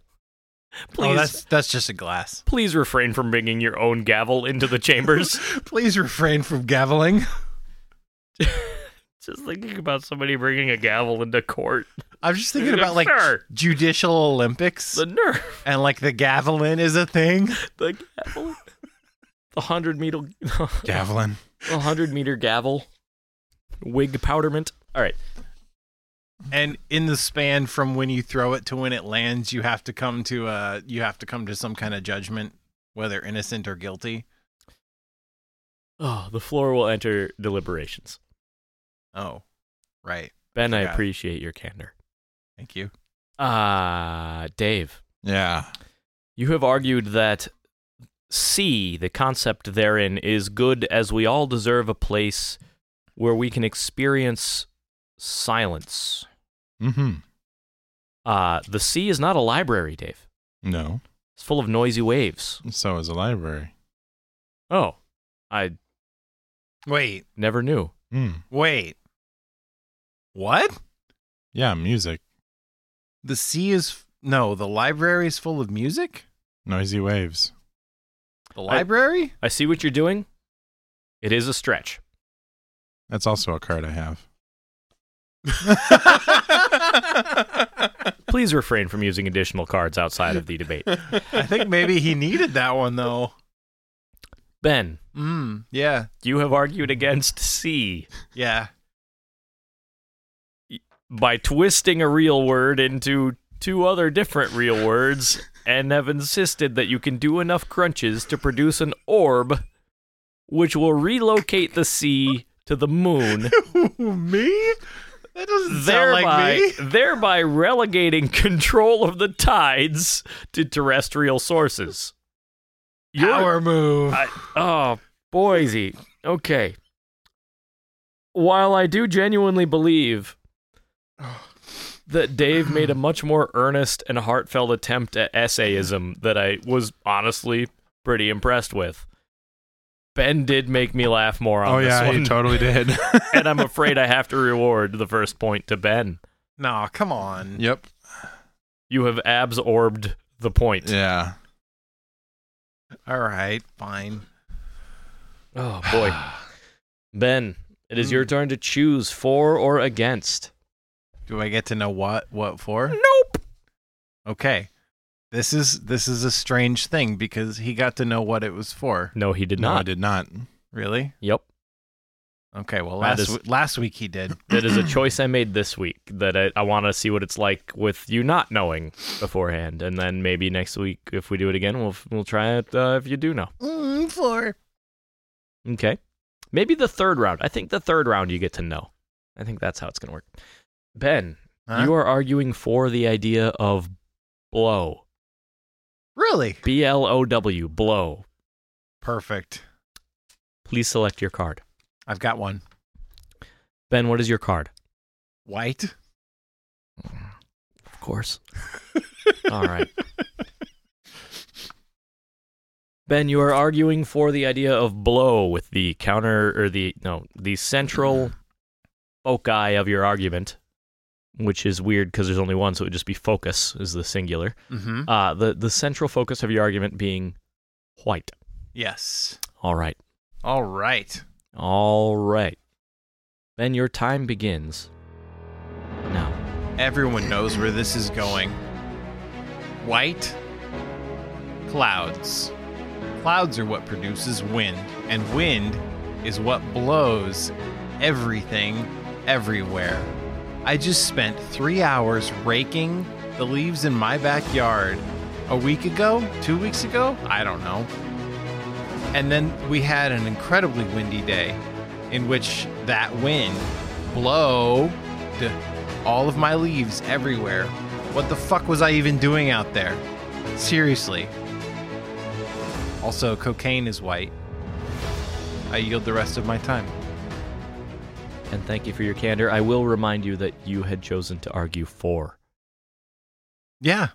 A: please,
C: that's that's just a glass.
A: please refrain from bringing your own gavel into the chambers.
C: Please refrain from gaveling.
A: Just thinking about somebody bringing a gavel into court.
C: I'm just thinking about like
A: Sure.
C: judicial Olympics
A: The nerve,
C: and like the gaveling is a thing.
A: the gavel, the hundred meter, the
B: Gavelin.
A: hundred meter gavel, wig powderment. All right,
C: And in the span from when you throw it to when it lands, you have to come to uh you have to come to some kind of judgment, whether innocent or guilty.
A: oh, the floor will enter deliberations.
C: Oh, right.
A: Ben, I
C: Forgot.
A: appreciate your candor.
C: Thank you.
A: Ah, Dave.
B: Yeah.
A: You have argued that C, the concept therein, is good as we all deserve a place where we can experience silence.
B: Mm-hmm.
A: Uh, the sea is not a library, Dave.
B: No.
A: It's full of noisy waves.
B: So is a library.
A: Oh, I
C: Wait,
A: never knew.
B: Mm.
C: wait. What?
B: Yeah, music.
C: The sea is no, the library is full of music?
B: Noisy waves.
C: The library?
A: I see what you're doing. It is a stretch.
B: That's also a card I have.
A: Please refrain from using additional cards outside of the debate.
C: I think maybe he needed that one though.
A: Ben,
C: Mm, yeah.
A: you have argued against C
C: Yeah.
A: by twisting a real word into two other different real words and have insisted that you can do enough crunches to produce an orb which will relocate the sea to the moon
C: me? That doesn't sound
A: thereby
C: like me.
A: thereby relegating control of the tides to terrestrial sources Your-
C: Power move.
A: I, oh, Boise. Okay. While I do genuinely believe that Dave made a much more earnest and heartfelt attempt at essayism that I was honestly pretty impressed with, Ben did make me laugh more on
B: Oh,
A: this
B: yeah,
A: one.
B: he totally did.
A: and I'm afraid I have to reward the first point to Ben.
C: no, come on.
B: yep.
A: You have absorbed the point.
B: Yeah.
C: All right, fine.
A: Oh boy. ben, it is
B: Mm.
A: your turn to choose for or against.
C: Do I get to know what what for?
A: Nope.
C: Okay. This is this is a strange thing because he got to know what it was for.
A: No, he did
B: No, I
A: not.
B: did not.
C: Really?
A: Yep.
C: Okay. Well,
A: That
C: last
A: is-
C: w- last week he did.
A: That is a choice I made this week that I, I want to see what it's like with you not knowing beforehand. And then maybe next week, if we do it again, we'll, we'll try it uh, if you do know.
C: Mm, four.
A: Okay. Maybe the third round. I think the third round you get to know. I think that's how it's going to work. Ben,
C: Huh?
A: you are arguing for the idea of blow.
C: really
A: B L O W, blow.
C: perfect.
A: Please select your card.
C: I've got one.
A: Ben, what is your card?
C: White.
A: Of course. All right. Ben, you are arguing for the idea of blow with the counter or the no, the central foci of your argument, which is weird because there's only one, so it would just be focus is the singular.
C: Mm-hmm.
A: Uh the the central focus of your argument being white.
C: Yes.
A: All right.
C: All right.
A: All right. Ben, your time begins. Now.
C: Everyone knows where this is going. White clouds. Clouds are what produces wind, and wind is what blows everything everywhere. I just spent three hours raking the leaves in my backyard a week ago, two weeks ago, I don't know. And then we had an incredibly windy day in which that wind blowed all of my leaves everywhere. What the fuck was I even doing out there? Seriously. Also, cocaine is white. I yield the rest of my time.
A: And thank you for your candor. I will remind you that you had chosen to argue for.
C: Yeah.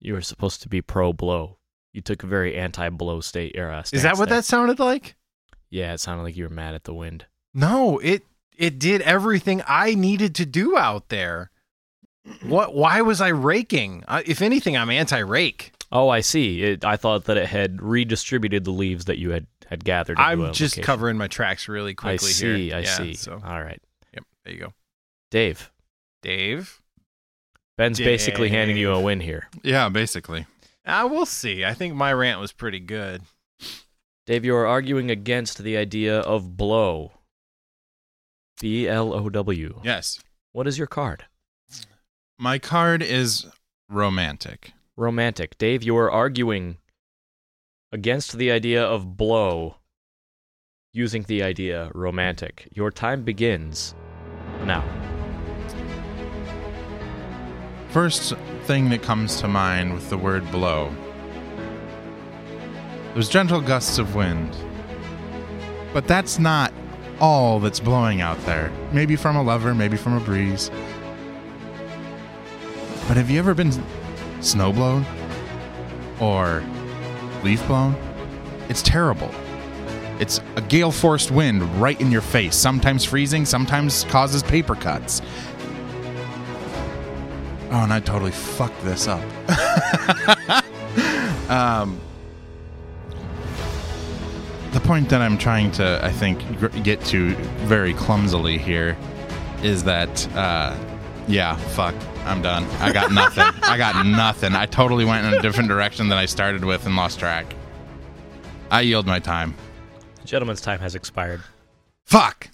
A: You were supposed to be pro blow. You took a very anti blow state era.
C: Is that what
A: there.
C: that sounded like?
A: Yeah, it sounded like you were mad at the wind.
C: No, it it did everything I needed to do out there. What why was I raking? I, if anything, I'm anti-rake.
A: Oh, I see. It, I thought that it had redistributed the leaves that you had had gathered. into
C: I'm
A: a
C: just
A: location.
C: covering my tracks really
A: I
C: quickly
A: see.
C: here.
A: I
C: Yeah,
A: see. Uh,
C: So,
A: All right,
C: yep, there you go.
A: Dave.
C: Dave.
A: Ben's basically handing you a win here.
B: Yeah, basically.
C: I will Ah, see. I think my rant was pretty good.
A: Dave, you are arguing against the idea of blow. B L O W.
B: Yes.
A: What is your card?
B: My card is romantic.
A: romantic. Dave, you are arguing against the idea of blow using the idea romantic. Your time begins now.
B: First thing that comes to mind with the word blow. There's gentle gusts of wind. But that's not all that's blowing out there. Maybe from a lover, maybe from a breeze. But have you ever been snow blown? Or leaf blown? It's terrible. It's a gale force wind right in your face, sometimes freezing, sometimes causes paper cuts. Oh, and I totally fucked this up. um, the point that I'm trying to, I think, gr- get to very clumsily here is that, uh, yeah, fuck, I'm done. I got nothing. I got nothing. I totally went in a different direction than I started with and lost track. I yield my time.
A: The gentleman's time has expired.
B: Fuck.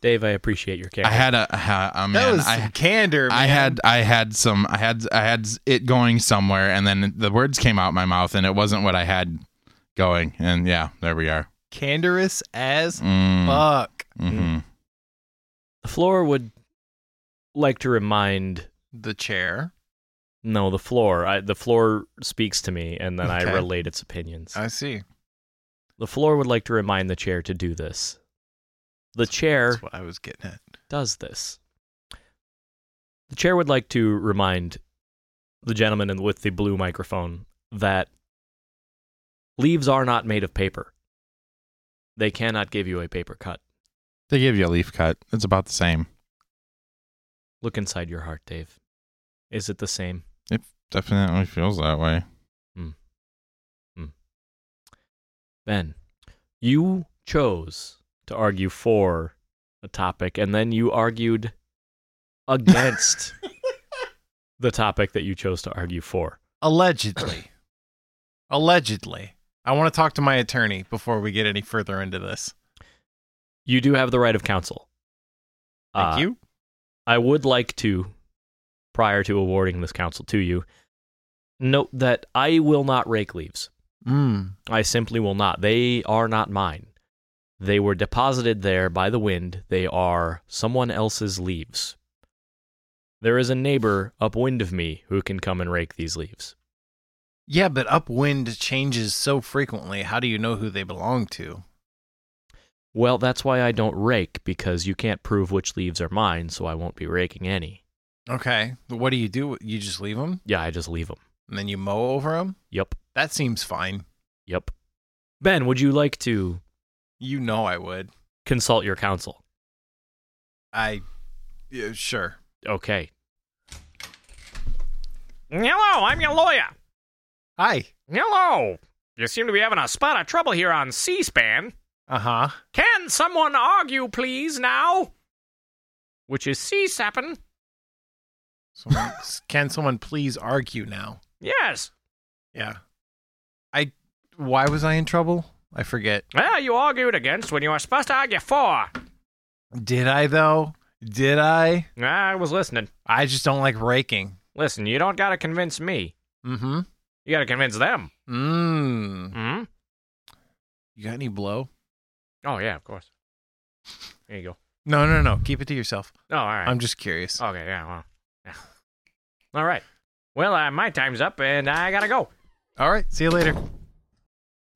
A: Dave, I appreciate your care.
B: I had a, uh, uh, man,
C: That was
B: I-
C: some candor.
B: I
C: man.
B: had I had some I had I had it going somewhere and then the words came out my mouth and it wasn't what I had going and yeah there we are.
C: candorous as
B: Mm,
C: fuck.
B: mhm.
A: the floor would like to remind
C: The chair.
A: no, the floor. I, the floor speaks to me, and then I
C: Okay.
A: relate its opinions.
C: I see.
A: the floor would like to remind the chair to do this. The chair
C: That's what I was getting at.
A: does this. The chair would like to remind the gentleman in- with the blue microphone that leaves are not made of paper. They cannot give you a paper cut.
B: They gave you a leaf cut. It's about the same.
A: Look inside your heart, Dave. Is it the same?
B: Definitely feels that way.
A: Ben, you chose to argue for a topic and then you argued against the topic that you chose to argue for.
C: Allegedly. Allegedly. I want to talk to my attorney before we get any further into this.
A: You do have the right of counsel.
C: Thank
A: Uh,
C: you.
A: I would like to, prior to awarding this counsel to you, note that I will not rake leaves.
C: Mm.
A: I simply will not. They are not mine. They were deposited there by the wind. They are someone else's leaves. There is a neighbor upwind of me who can come and rake these leaves.
C: Yeah, but upwind changes so frequently. How do you know who they belong to?
A: Well, that's why I don't rake, because you can't prove which leaves are mine, so I won't be raking any.
C: Okay. But what do you do? You just leave them
A: Yeah, I just leave them.
C: and then you mow over them?
A: Yep,
C: That seems fine.
A: yep. Ben, would you like to
C: You know I would.
A: consult your counsel?
C: I. Yeah, sure.
A: Okay. Hello, I'm your lawyer.
C: Hi.
A: Hello. You seem to be having a spot of trouble here on C SPAN.
C: Uh huh.
A: Can someone argue, please, now? Which is C-SAPPIN.
C: Someone, can someone please argue now?
A: Yes.
C: Yeah. I. Why was I in trouble? I forget.
A: Well, you argued against when you were supposed to argue for.
C: Did I, though? Did I?
A: I was listening.
C: I just don't like raking.
A: Listen, you don't gotta convince me.
C: Mm hmm.
A: You gotta convince them.
C: Mmm.
A: Hmm?
C: You got any blow?
A: Oh, yeah, of course. There you go.
C: No, no, no. Keep it to yourself.
A: Oh, all right.
C: I'm just curious.
A: Okay, yeah, well. Yeah. All right. Well, uh, my time's up, and I gotta go.
C: All right. See you later.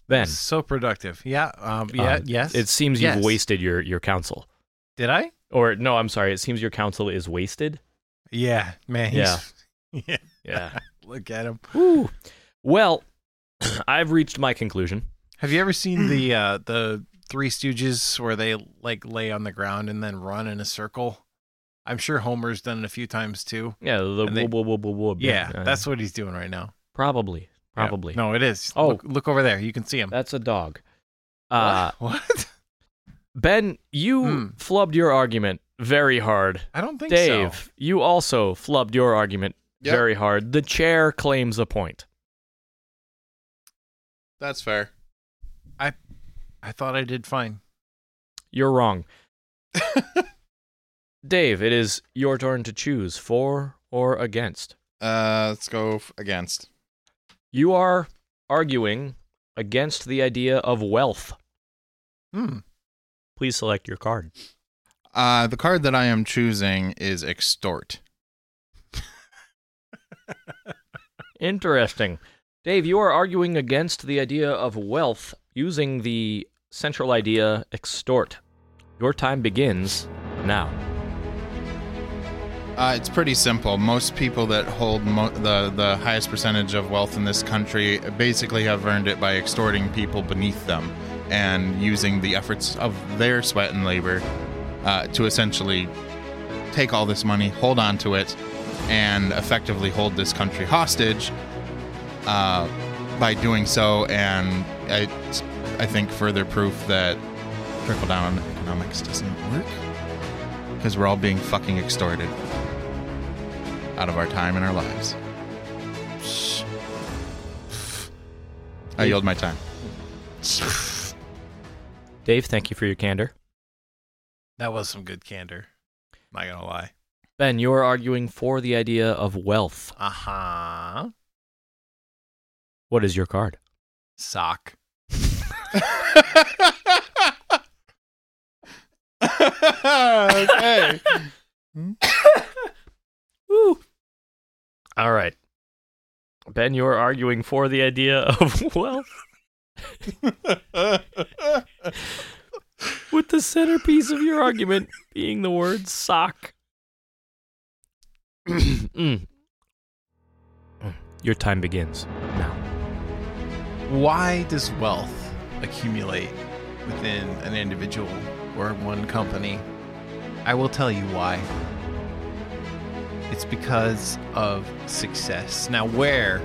A: Ben,
C: So productive. Yeah. Um, yeah.
A: Uh,
C: yes.
A: it seems you've
C: Yes.
A: wasted your, your counsel.
C: Did I?
A: Or, no, I'm sorry. It seems your counsel is wasted.
C: Yeah. Man. He's, yeah. yeah.
A: Yeah.
C: Look at him.
A: Whew. Well, I've reached my conclusion.
C: Have you ever seen the uh, the Three Stooges where they like lay on the ground and then run in a circle? I'm sure Homer's done it a few times too.
A: Yeah, the
C: And they-
A: wub, wub, wub, wub,
C: Yeah,
A: uh,
C: that's what he's doing right now.
A: probably
C: Yeah.
A: probably.
C: No, it is.
A: Oh.
C: look, look over there. You can see him.
A: That's a dog. Uh,
C: what?
A: ben, you
C: Hmm.
A: flubbed your argument very hard.
C: I don't think
A: Dave,
C: so.
A: you also flubbed your argument
B: Yep.
A: very hard. The chair claims a point.
B: That's fair.
C: I thought I did fine.
A: You're wrong. Dave, it is your turn to choose for or against.
B: Uh, let's go f- against.
A: You are arguing against the idea of wealth.
C: Hmm.
A: Please select your card.
B: Uh, the card that I am choosing is extort.
A: Interesting. Dave, you are arguing against the idea of wealth using the central idea extort. Your time begins now.
B: Uh, it's pretty simple. Most people that hold mo- the the highest percentage of wealth in this country basically have earned it by extorting people beneath them and using the efforts of their sweat and labor uh, to essentially take all this money, hold on to it, and effectively hold this country hostage uh, by doing so. And I, I think further proof that trickle down economics doesn't work because we're all being fucking extorted out of our time and our lives. I yield my time.
A: Dave, thank you for your candor.
C: That was some good candor. Not gonna lie.
A: Ben, you are arguing for the idea of wealth.
C: Uh huh.
A: What is your card?
C: Sock.
B: okay.
A: Woo! All right. Ben, you are arguing for the idea of wealth with the centerpiece of your argument being the word sock. Mm. Your time begins now.
C: Why does wealth accumulate within an individual or one company? I will tell you why. It's because of success. Now, where,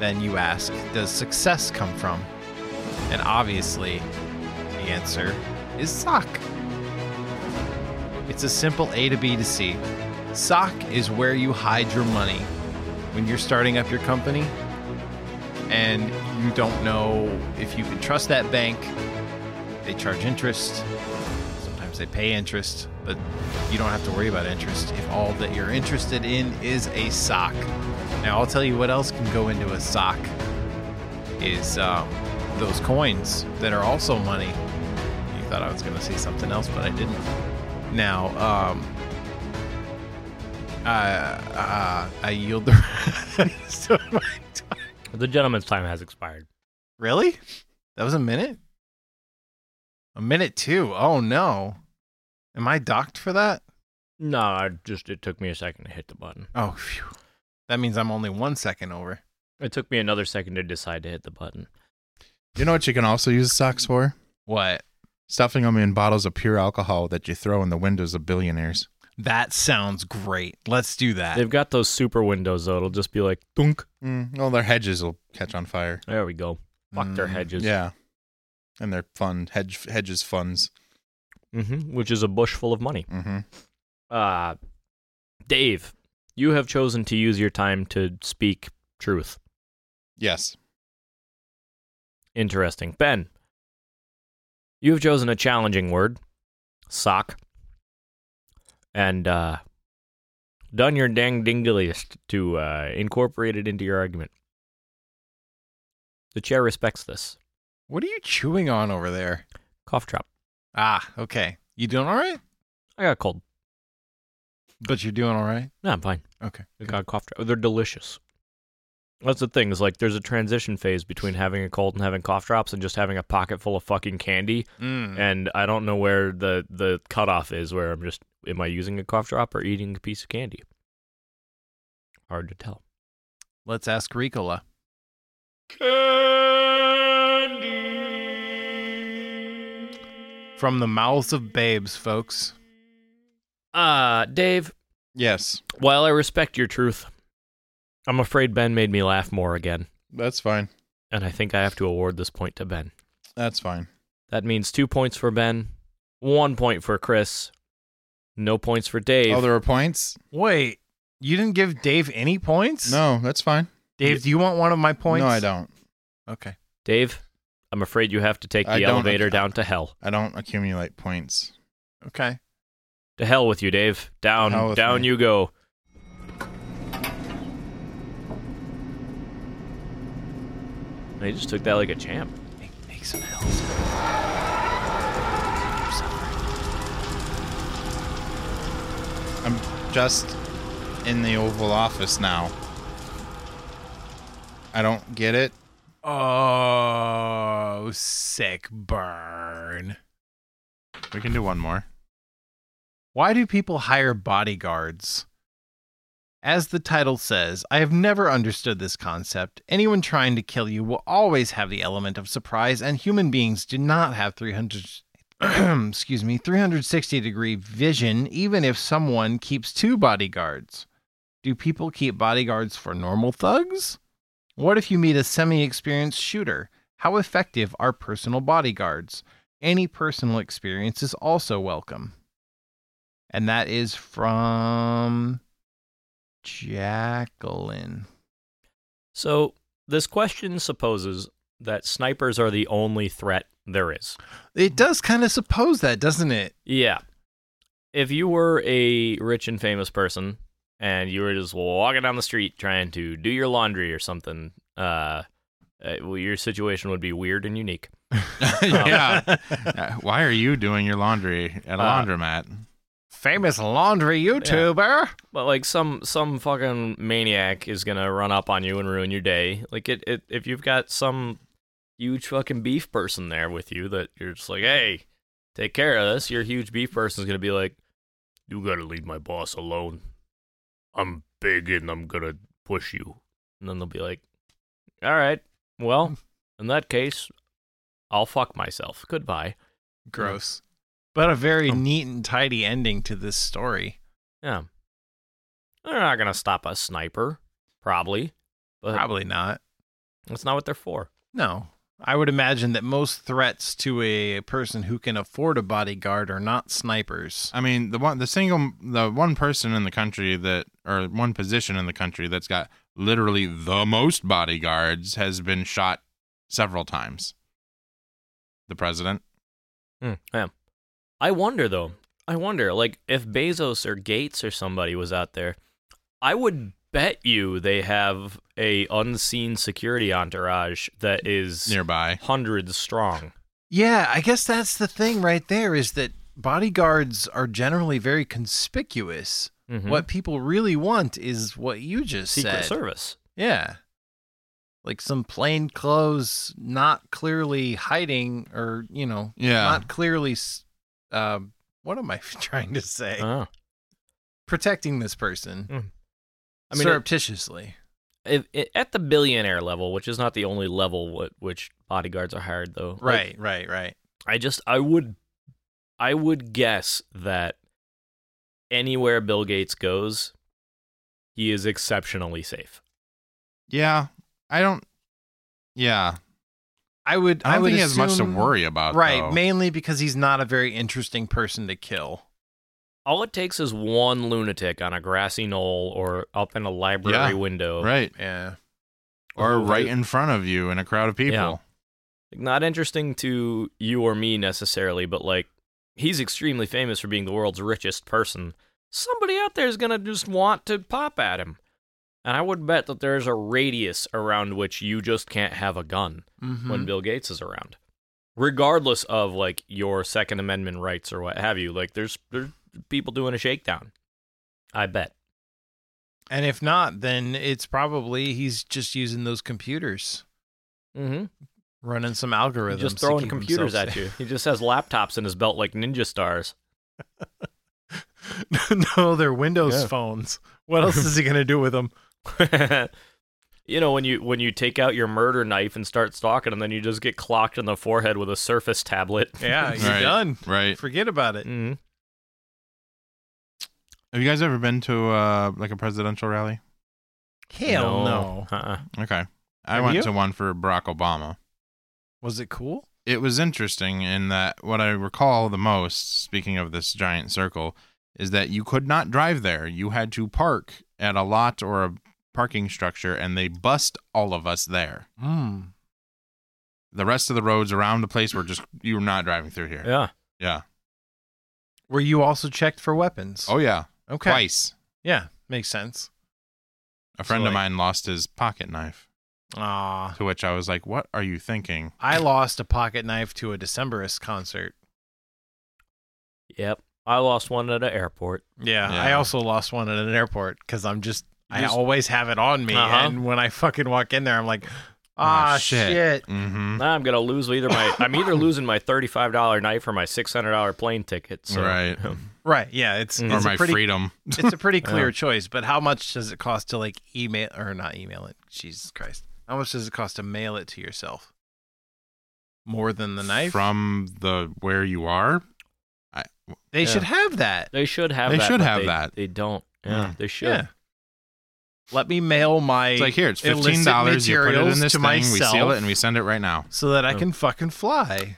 C: then you ask, does success come from? And obviously, the answer is sock. It's a simple A to B to C. Sock is where you hide your money. when you're starting up your company and you don't know if you can trust that bank. They charge interest. Sometimes they pay interest, but you don't have to worry about interest if all that you're interested in is a sock. Now, I'll tell you what else can go into a sock is um, those coins that are also money. You thought I was going to say something else, but I didn't. Now, um, uh, uh, I yield the rest of my time.
A: The gentleman's time has expired.
C: Really? That was a minute? A minute two. Oh no. Am I docked for that?
A: No, I just it took me a second to hit the button.
C: Oh phew. That means I'm only one second over.
A: It took me another second to decide to hit the button.
B: You know what you can also use socks for?
C: What?
B: Stuffing them in bottles of pure alcohol that you throw in the windows of billionaires.
C: That sounds great. Let's do that.
A: They've got those super windows though. It'll just be like dunk.
B: Mm, well, their hedges will catch on fire.
A: There we go. Fuck their
C: Mm,
A: hedges.
B: Yeah. And their fund, hedge, hedges funds.
A: hmm which is a bush full of money.
B: Mm-hmm.
A: Uh, Dave, you have chosen to use your time to speak truth.
B: Yes.
A: Interesting. Ben, you have chosen a challenging word, sock, and uh, done your dang dingliest to uh, incorporate it into your argument. The chair respects this.
C: What are you chewing on over there?
A: Cough drop.
C: Ah, okay. You doing all right?
A: I got a cold.
C: But you're doing all right.
A: No, I'm fine.
C: Okay.
A: I got a cough drop. They're delicious. That's the thing is like there's a transition phase between having a cold and having cough drops and just having a pocket full of fucking candy.
C: Mm.
A: And I don't know where the the cutoff is where I'm just am I using a cough drop or eating a piece of candy? Hard to tell.
C: Let's ask Ricola. From the mouths of babes, folks.
A: Uh, Dave,
B: Yes.
A: while I respect your truth, I'm afraid Ben made me laugh more again,
B: That's fine.
A: and I think I have to award this point to Ben.
B: That's fine.
A: That means 2 points for Ben, 1 point for Chris, no points for Dave.
B: Oh, there were points?
C: Wait, you didn't give Dave any points?
B: No, that's fine.
C: Dave, do you want one of my points?
B: No, I don't.
C: Okay.
A: Dave, I'm afraid you have to take the
B: I don't-
A: elevator down to hell.
B: I don't accumulate points.
C: Okay.
A: To hell with you, Dave.
B: hell
A: Down,
B: with
A: down
B: me.
A: you go. And He just took that like a champ.
C: Make, make some hells.
B: I'm just in the Oval Office now. I don't get it.
C: Oh, sick burn.
B: We can do one more.
C: Why do people hire bodyguards? As the title says, I have never understood this concept. Anyone trying to kill you will always have the element of surprise, and human beings do not have 300 excuse me, 360 degree vision even if someone keeps two bodyguards. Do people keep bodyguards for normal thugs? What if you meet a semi-experienced shooter? How effective are personal bodyguards? Any personal experience is also welcome and that is from Jacqueline.
A: So this question supposes that snipers are the only threat there is.
C: It does kind of suppose that, doesn't it?
A: Yeah. If you were a rich and famous person and you were just walking down the street trying to do your laundry or something, uh, uh well, your situation would be weird and unique.
B: yeah. Uh, Why are you doing your laundry at a
A: Uh,
B: laundromat?
C: Famous laundry YouTuber.
A: But like some some fucking maniac is gonna run up on you and ruin your day. Like it, it if you've got some huge fucking beef person there with you that you're just like, hey, take care of this. Your huge beef person's gonna be like,
E: You gotta leave my boss alone. I'm big and I'm gonna push you.
A: and then they'll be like, all right, well, in that case, I'll fuck myself. Goodbye.
C: Gross. Um. But a very neat and tidy ending to this story.
A: Yeah, they're not gonna stop a sniper, probably. But
C: Probably not.
A: that's not what they're for.
C: No. I would imagine that most threats to a person who can afford a bodyguard are not snipers.
B: I mean, the one, the single, the one person in the country that, or one position in the country that's got literally the most bodyguards has been shot several times. The president.
A: Hmm, yeah. I wonder though. I wonder, like, if Bezos or Gates or somebody was out there, I would bet you they have a unseen security entourage that is
B: nearby.
A: hundreds strong.
C: Yeah, I guess that's the thing right there is that bodyguards are generally very conspicuous.
B: Mm-hmm.
A: Mhm.
C: What people really want is what you just
A: Secret
C: said.
A: Service?
C: Yeah. Like some plain clothes, not clearly hiding or, you know,
B: Yeah.
C: not clearly. s- Um, what am I trying to say?
B: Uh.
A: Oh.
C: Protecting this person
A: Mm.
C: I
A: I mean,
C: mean, surreptitiously.
A: If, i at the billionaire level, which is not the only level what, which bodyguards are hired though. like,
C: right, right, right.
A: I just I would I would guess that anywhere Bill Gates goes, he is exceptionally safe.
B: Yeah. I don't. Yeah.
C: I would.
B: I don't
C: would
B: think he has much to
C: assume-
B: worry about.
C: Right,
B: though.
C: mainly because he's not a very interesting person to kill.
A: All it takes is one lunatic on a grassy knoll or up in a library
B: Yeah,
A: window.
B: Right.
C: Yeah.
B: Or
A: Who-
B: right in front of you in a crowd of people.
A: Yeah. Like, Not interesting to you or me necessarily, but like he's extremely famous for being the world's richest person. Somebody out there is going to just want to pop at him. And I would bet that there's a radius around which you just can't have a gun.
B: Mm-hmm.
C: Mhm.
A: when Bill Gates is around. Regardless of like your Second Amendment rights or what have you, like there's there's people doing a shakedown. I bet.
C: and if not, then it's probably he's just using those computers,
A: Mm-hmm.
C: running some algorithms,
A: Just
C: to
A: throwing
C: keep
A: computers
C: himself
A: at you. He just has laptops in his belt like ninja stars.
C: safe. no, they're Windows
D: Yeah.
C: phones. What else is he gonna do with them?
A: you know when you when you take out your murder knife and start stalking, and then you just get clocked in the forehead with a Surface tablet.
C: Yeah, you're
B: Right.
C: done.
B: Right.
C: Forget about it.
A: hmm
B: Have you guys ever been to uh, like a presidential rally?
C: Hell no.
A: Uh-uh.
B: Okay. I
C: Have
B: went
C: you?
B: to one for Barack Obama.
C: Was it cool?
B: It was interesting in that what I recall the most, speaking of this giant circle, is that you could not drive there. You had to park at a lot or a parking structure, and they bussed all of us there.
C: Mm.
B: The rest of the roads around the place were just, you were not driving through here.
A: Yeah.
B: Yeah.
C: Were you also checked for weapons?
B: Oh, yeah.
C: okay.
B: Twice.
C: Yeah, makes sense.
B: A friend
C: So,
B: of
C: like-
B: mine lost his pocket knife,
C: Ah,
B: to which I was like, what are you thinking?
C: I lost a pocket knife to a Decemberist concert.
A: Yep. I lost one at an airport.
C: Yeah,
B: Yeah.
C: I also lost one at an airport because I'm just, I
A: Just-
C: always have it on me,
A: Uh-huh.
C: and when I fucking walk in there, I'm like, ah, shit.
B: Mm-hmm.
A: Now I'm gonna lose either my I'm either losing my thirty five dollar night for my six hundred dollar plane ticket. So.
B: right.
C: Right? Yeah, it's
A: Mm.
B: or
C: it's, a
B: my
C: pretty,
B: freedom.
C: it's a pretty clear
A: Yeah.
C: choice. But how much does it cost to like email or not email it? Jesus Christ! How much does it cost to mail it to yourself? More than the knife?
B: from the where you are.
C: they
A: yeah.
C: should have that.
A: They should have.
B: They
A: that,
B: should
A: but
B: have
A: they,
B: that.
A: They don't. Yeah,
B: Yeah.
A: they should.
C: Hmm. Yeah. Let me mail my
B: It's like here, it's
C: illicit
B: fifteen dollars. You put it
C: materials
B: in this
C: to
B: thing, we
C: myself.
B: seal it, and we send it right now.
C: so that I can fucking fly.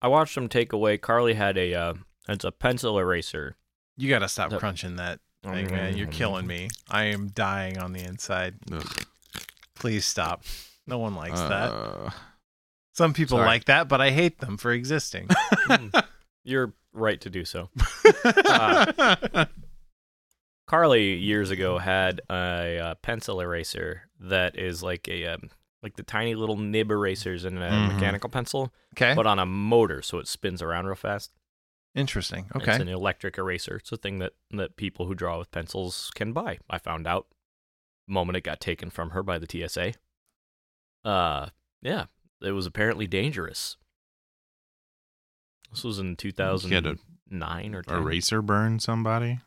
A: I watched them take away. Carly had a. Uh, it's a pencil eraser.
C: You gotta stop
A: That-
C: crunching that
A: Oh,
C: thing, man.
A: Mm-hmm.
C: You're killing me. I am dying on the inside. Please stop. No one likes that. Some people
B: Uh, sorry.
C: like that, but I hate them for existing.
A: Hmm. You're right to do so.
C: Ah.
A: Uh, Carly years ago had a uh, pencil eraser that is like a um, like the tiny little nib erasers in a
B: Mhm.
A: mechanical pencil,
C: Mm-hmm. Okay.
A: but on a motor, so it spins around real fast.
C: Interesting.
A: It's
C: Okay.
A: an electric eraser. It's a thing that, that people who draw with pencils can buy. I found out the moment it got taken from her by the TSA. Uh, yeah, it was apparently dangerous. This was in 2009 or 10.
B: Eraser burn somebody.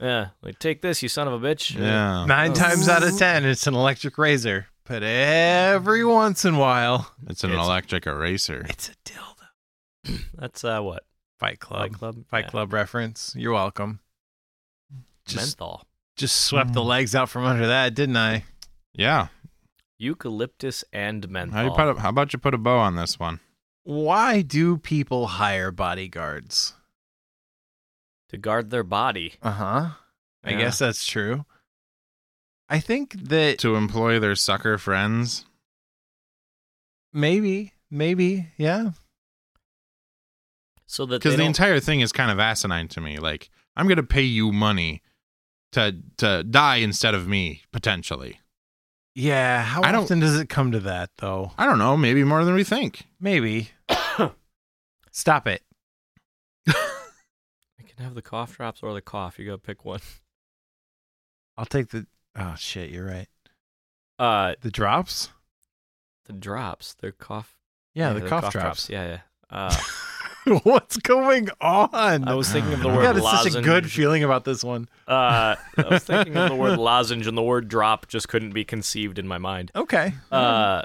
A: Yeah, like take this, you son of a bitch.
B: Yeah,
C: Nine
A: Oh.
C: times out of ten, it's an electric razor. But every once in a while,
B: it's an
A: It's-
B: electric eraser.
C: it's a dildo.
A: that's uh, what
C: Fight Club.
A: Fight Club.
C: Fight
A: Yeah.
C: Club reference. You're welcome. Just,
A: Menthol.
C: Mm. just swept the legs out from under that, didn't I?
B: Yeah,
A: eucalyptus and menthol.
B: How, do you put a, how about you put a bow on this one?
C: Why do people hire bodyguards?
A: to guard their body.
C: Uh huh. I
B: Yeah.
C: guess that's true. I think that
B: To employ their sucker friends?
C: maybe, maybe, yeah.
A: So that
B: Because
A: they
B: the
A: don't-
B: entire thing is kind of asinine to me. Like, I'm going to pay you money to to die instead of me, potentially.
C: Yeah. How
B: I don't-
C: often does it come to that, though?
B: I don't know, maybe more than we think.
C: Maybe. Stop it.
A: I can have the cough drops or the cough. You gotta pick one.
C: I'll take the. Oh, shit. You're right.
A: Uh,
C: The drops?
A: the drops. They're cough.
C: Yeah, the
A: they're
C: cough,
A: drops.
C: drops.
A: Yeah, yeah. Uh,
C: What's going on?
A: I was thinking of the
B: Yeah,
A: word
C: God, it's such a
A: lozenge.
C: good feeling about this one.
A: Uh, I was thinking of the word lozenge, and the word drop just couldn't be conceived in my mind.
C: Okay.
A: Uh,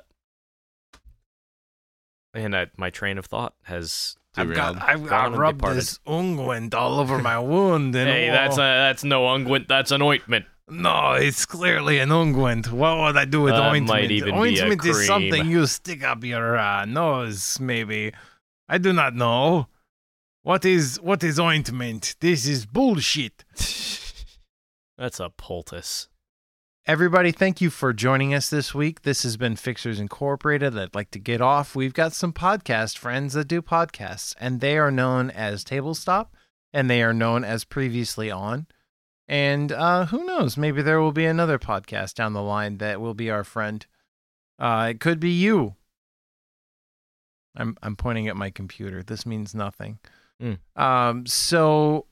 A: and I, my train of thought has.
C: I've got,
B: Derailed.
C: I've
A: Gone
C: got
A: and
C: rubbed
A: departed.
C: this unguent all over my wound. And
A: Hey, that's a,
C: oh,
A: that's no unguent. That's an ointment.
C: no, it's clearly an unguent. What would I do with
A: Uh, it
C: ointment?
A: might even be a
C: ointment is something
A: cream.
C: you stick up your uh, nose, maybe. I do not know. What is what is ointment? This is bullshit.
A: That's a poultice.
C: Everybody, thank you for joining us this week. This has been Fixers Incorporated. I'd like to get off. We've got some podcast friends that do podcasts, and they are known as Table Stop, and they are known as Previously On. And uh, who knows? Maybe there will be another podcast down the line that will be our friend. Uh, it could be you. I'm I'm pointing at my computer. This means nothing.
A: Mm.
C: Um, so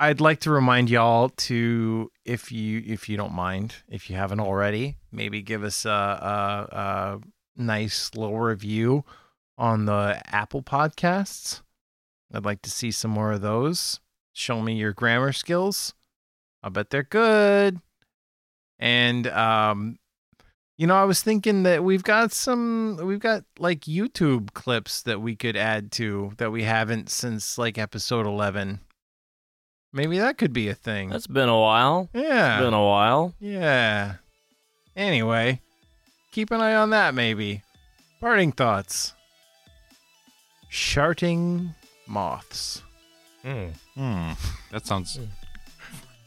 C: I'd like to remind y'all to, if you if you don't mind, if you haven't already, maybe give us a, a, a nice little review on the Apple Podcasts. I'd like to see some more of those. Show me your grammar skills. I bet they're good. And um, you know, I was thinking that we've got some, we've got like YouTube clips that we could add to that we haven't since like episode eleven. Maybe that could be a thing.
A: That's been a while.
C: yeah.
A: Been a while.
C: Yeah. Anyway, keep an eye on that maybe. Parting thoughts. Sharting moths.
B: Hmm. That sounds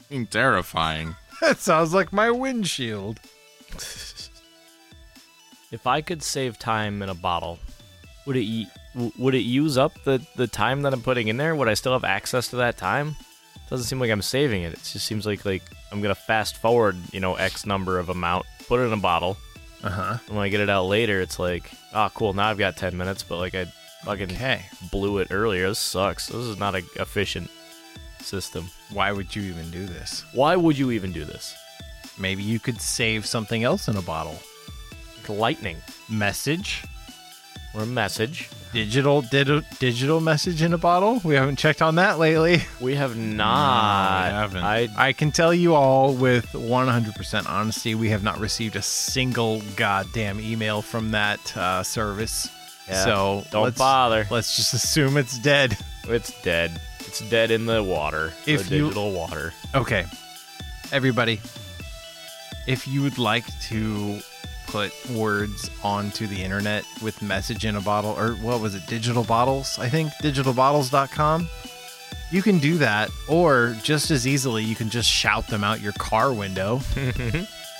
B: fucking terrifying.
C: That sounds like my windshield.
A: If I could save time in a bottle, would it y- w- would it use up the the time that I'm putting in there? Would I still have access to that time? Doesn't seem like I'm saving it. It just seems like like I'm gonna fast forward, you know, X number of amount, put it in a bottle,
C: Uh-huh.
A: and when I get it out later, it's like, ah, cool. Now I've got ten minutes, but like I fucking
C: Okay.
A: blew it earlier. This sucks. This is not a efficient system.
C: Why would you even do this?
A: Why would you even do this?
C: Maybe you could save something else in a bottle.
A: Like lightning
C: Message?
A: or a message.
C: Digital did, digital message in a bottle? We haven't checked on that lately.
A: We have not.
B: haven't.
A: I
C: I can tell you all with 100% honesty, we have not received a single goddamn email from that uh, service.
A: Yeah.
C: So
A: Don't
C: let's,
A: bother.
C: Let's just assume it's dead.
A: It's dead. It's dead in the water.
C: If
A: the
C: you-
A: digital water.
C: Okay. Everybody, if you would like to put words onto the internet with message in a bottle, or what was it, digital bottles? I think digitalbottles.com. You can do that, or just as easily, you can just shout them out your car window.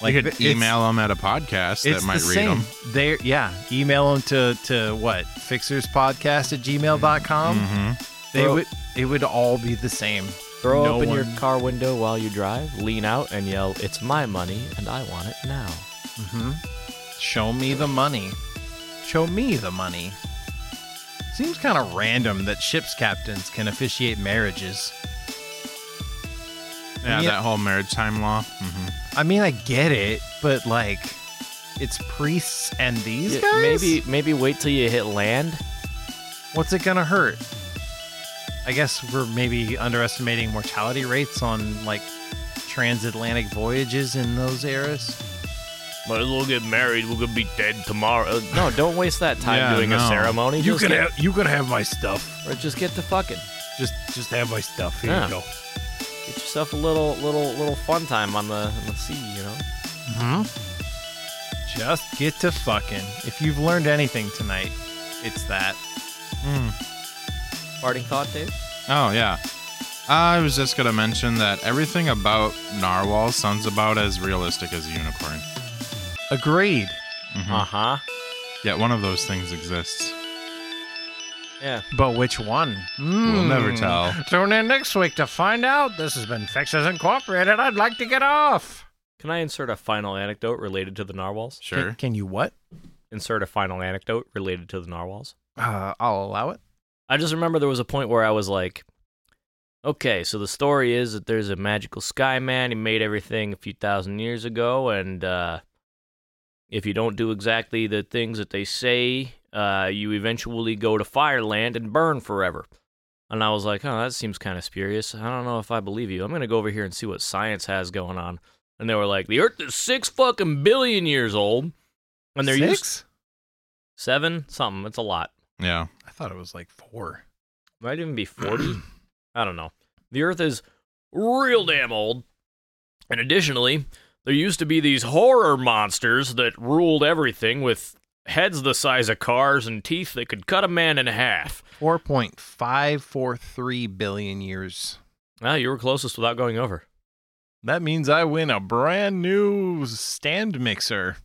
B: Like you could
C: th- it's-
B: email them at a podcast that
C: it's
B: might
C: the
B: read
C: same.
B: them.
C: They're, yeah, email them to, to what? Fixerspodcast at gmail.com.
B: Mm-hmm.
C: They
A: Bro.
C: would, it would all be the same.
A: Throw
C: No
A: open your
C: one-
A: car window while you drive, lean out, and yell, It's my money and I want it now.
C: hmm Show me the money. Show me the money. Seems kind of random that ship's captains can officiate marriages.
B: Yeah,
C: Yeah.
B: that whole marriage time law. hmm
C: I mean, I get it, but like, it's priests and these
A: Yeah,
C: guys.
A: Maybe maybe wait till you hit land.
C: what's it gonna hurt? I guess we're maybe underestimating mortality rates on like transatlantic voyages in those eras.
E: Might as well get married. We're gonna be dead tomorrow.
A: No, don't waste that time
B: Yeah,
A: doing a
B: no.
A: ceremony. just, get,
C: have, you can have my stuff.
A: or just get to fucking.
C: Just just have my stuff.
A: Here you Yeah. go. Get yourself a little little little fun time on the on the sea, you know?
C: hmm Just get to fucking. If you've learned anything tonight, it's that.
F: Parting thought, Dave?
B: Oh yeah. I was just gonna mention that everything about narwhal sounds about as realistic as a unicorn.
C: Agreed.
A: Uh huh.
B: Yet one of those things exists.
F: Yeah.
C: But which one?
B: We'll
C: Mm.
B: never tell.
C: Tune in next week to find out. This has been Fixes Incorporated. I'd like to get off.
A: Can I insert a final anecdote related to the narwhals?
B: Sure.
C: Can, can you what?
A: Insert a final anecdote related to the narwhals.
C: Uh, I'll allow it.
A: I just remember there was a point where I was like, okay, so the story is that there's a magical sky man. He made everything a few thousand years ago. And uh, if you don't do exactly the things that they say, uh, you eventually go to Fireland and burn forever. And I was like, oh, that seems kind of spurious. I don't know if I believe you. I'm going to go over here and see what science has going on. And they were like, the Earth is six fucking billion years old. And they're
C: six.
A: used seven, something. It's a lot.
B: Yeah.
C: I thought it was like four.
A: might even be 40. I don't know. The Earth is real damn old. And additionally, there used to be these horror monsters that ruled everything with heads the size of cars and teeth that could cut a man in half.
C: Four point five four three billion years.
A: Ah, you were closest without going over.
C: That means I win a brand new stand mixer.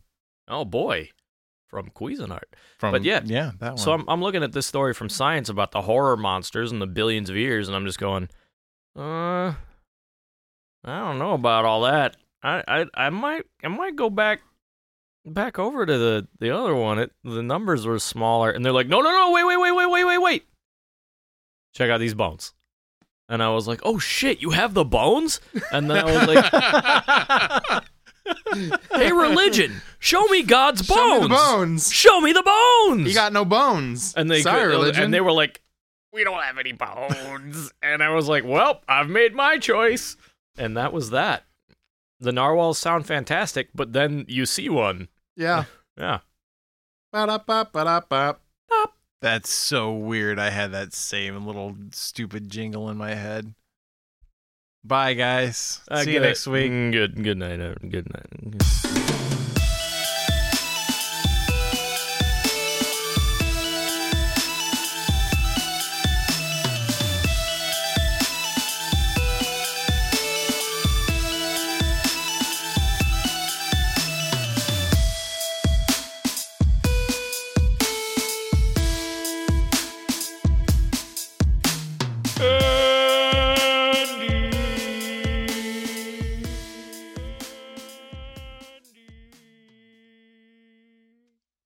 A: Oh boy. From Cuisinart.
B: From
A: But yeah,
C: Yeah, that one.
A: so I'm, I'm looking at this story from science about the horror monsters and the billions of years, and I'm just going, uh, I don't know about all that. I, I, I might, I might go back, back over to the the other one. It, the numbers were smaller, and they're like, no, no, no, wait, wait, wait, wait, wait, wait, wait. Check out these bones. And I was like, oh shit, you have the bones? And then I was like, hey, religion, show me God's bones.
B: Show me the bones.
A: Show me the bones.
B: You got no bones.
A: And they
B: Sorry,
A: could-
B: religion.
A: and they were like, "We don't have any bones." and I was like, "Well, I've made my choice." And that was that. The narwhals sound fantastic, but then you see one.
B: yeah.
A: Yeah.
B: Ba-da-ba-ba-da-ba.
C: That's so weird. I had that same little stupid jingle in my head. Bye, guys.
A: I
C: See
A: get
C: you
A: it.
C: next week.
A: Mm, Good good uh, night. uh, Good night.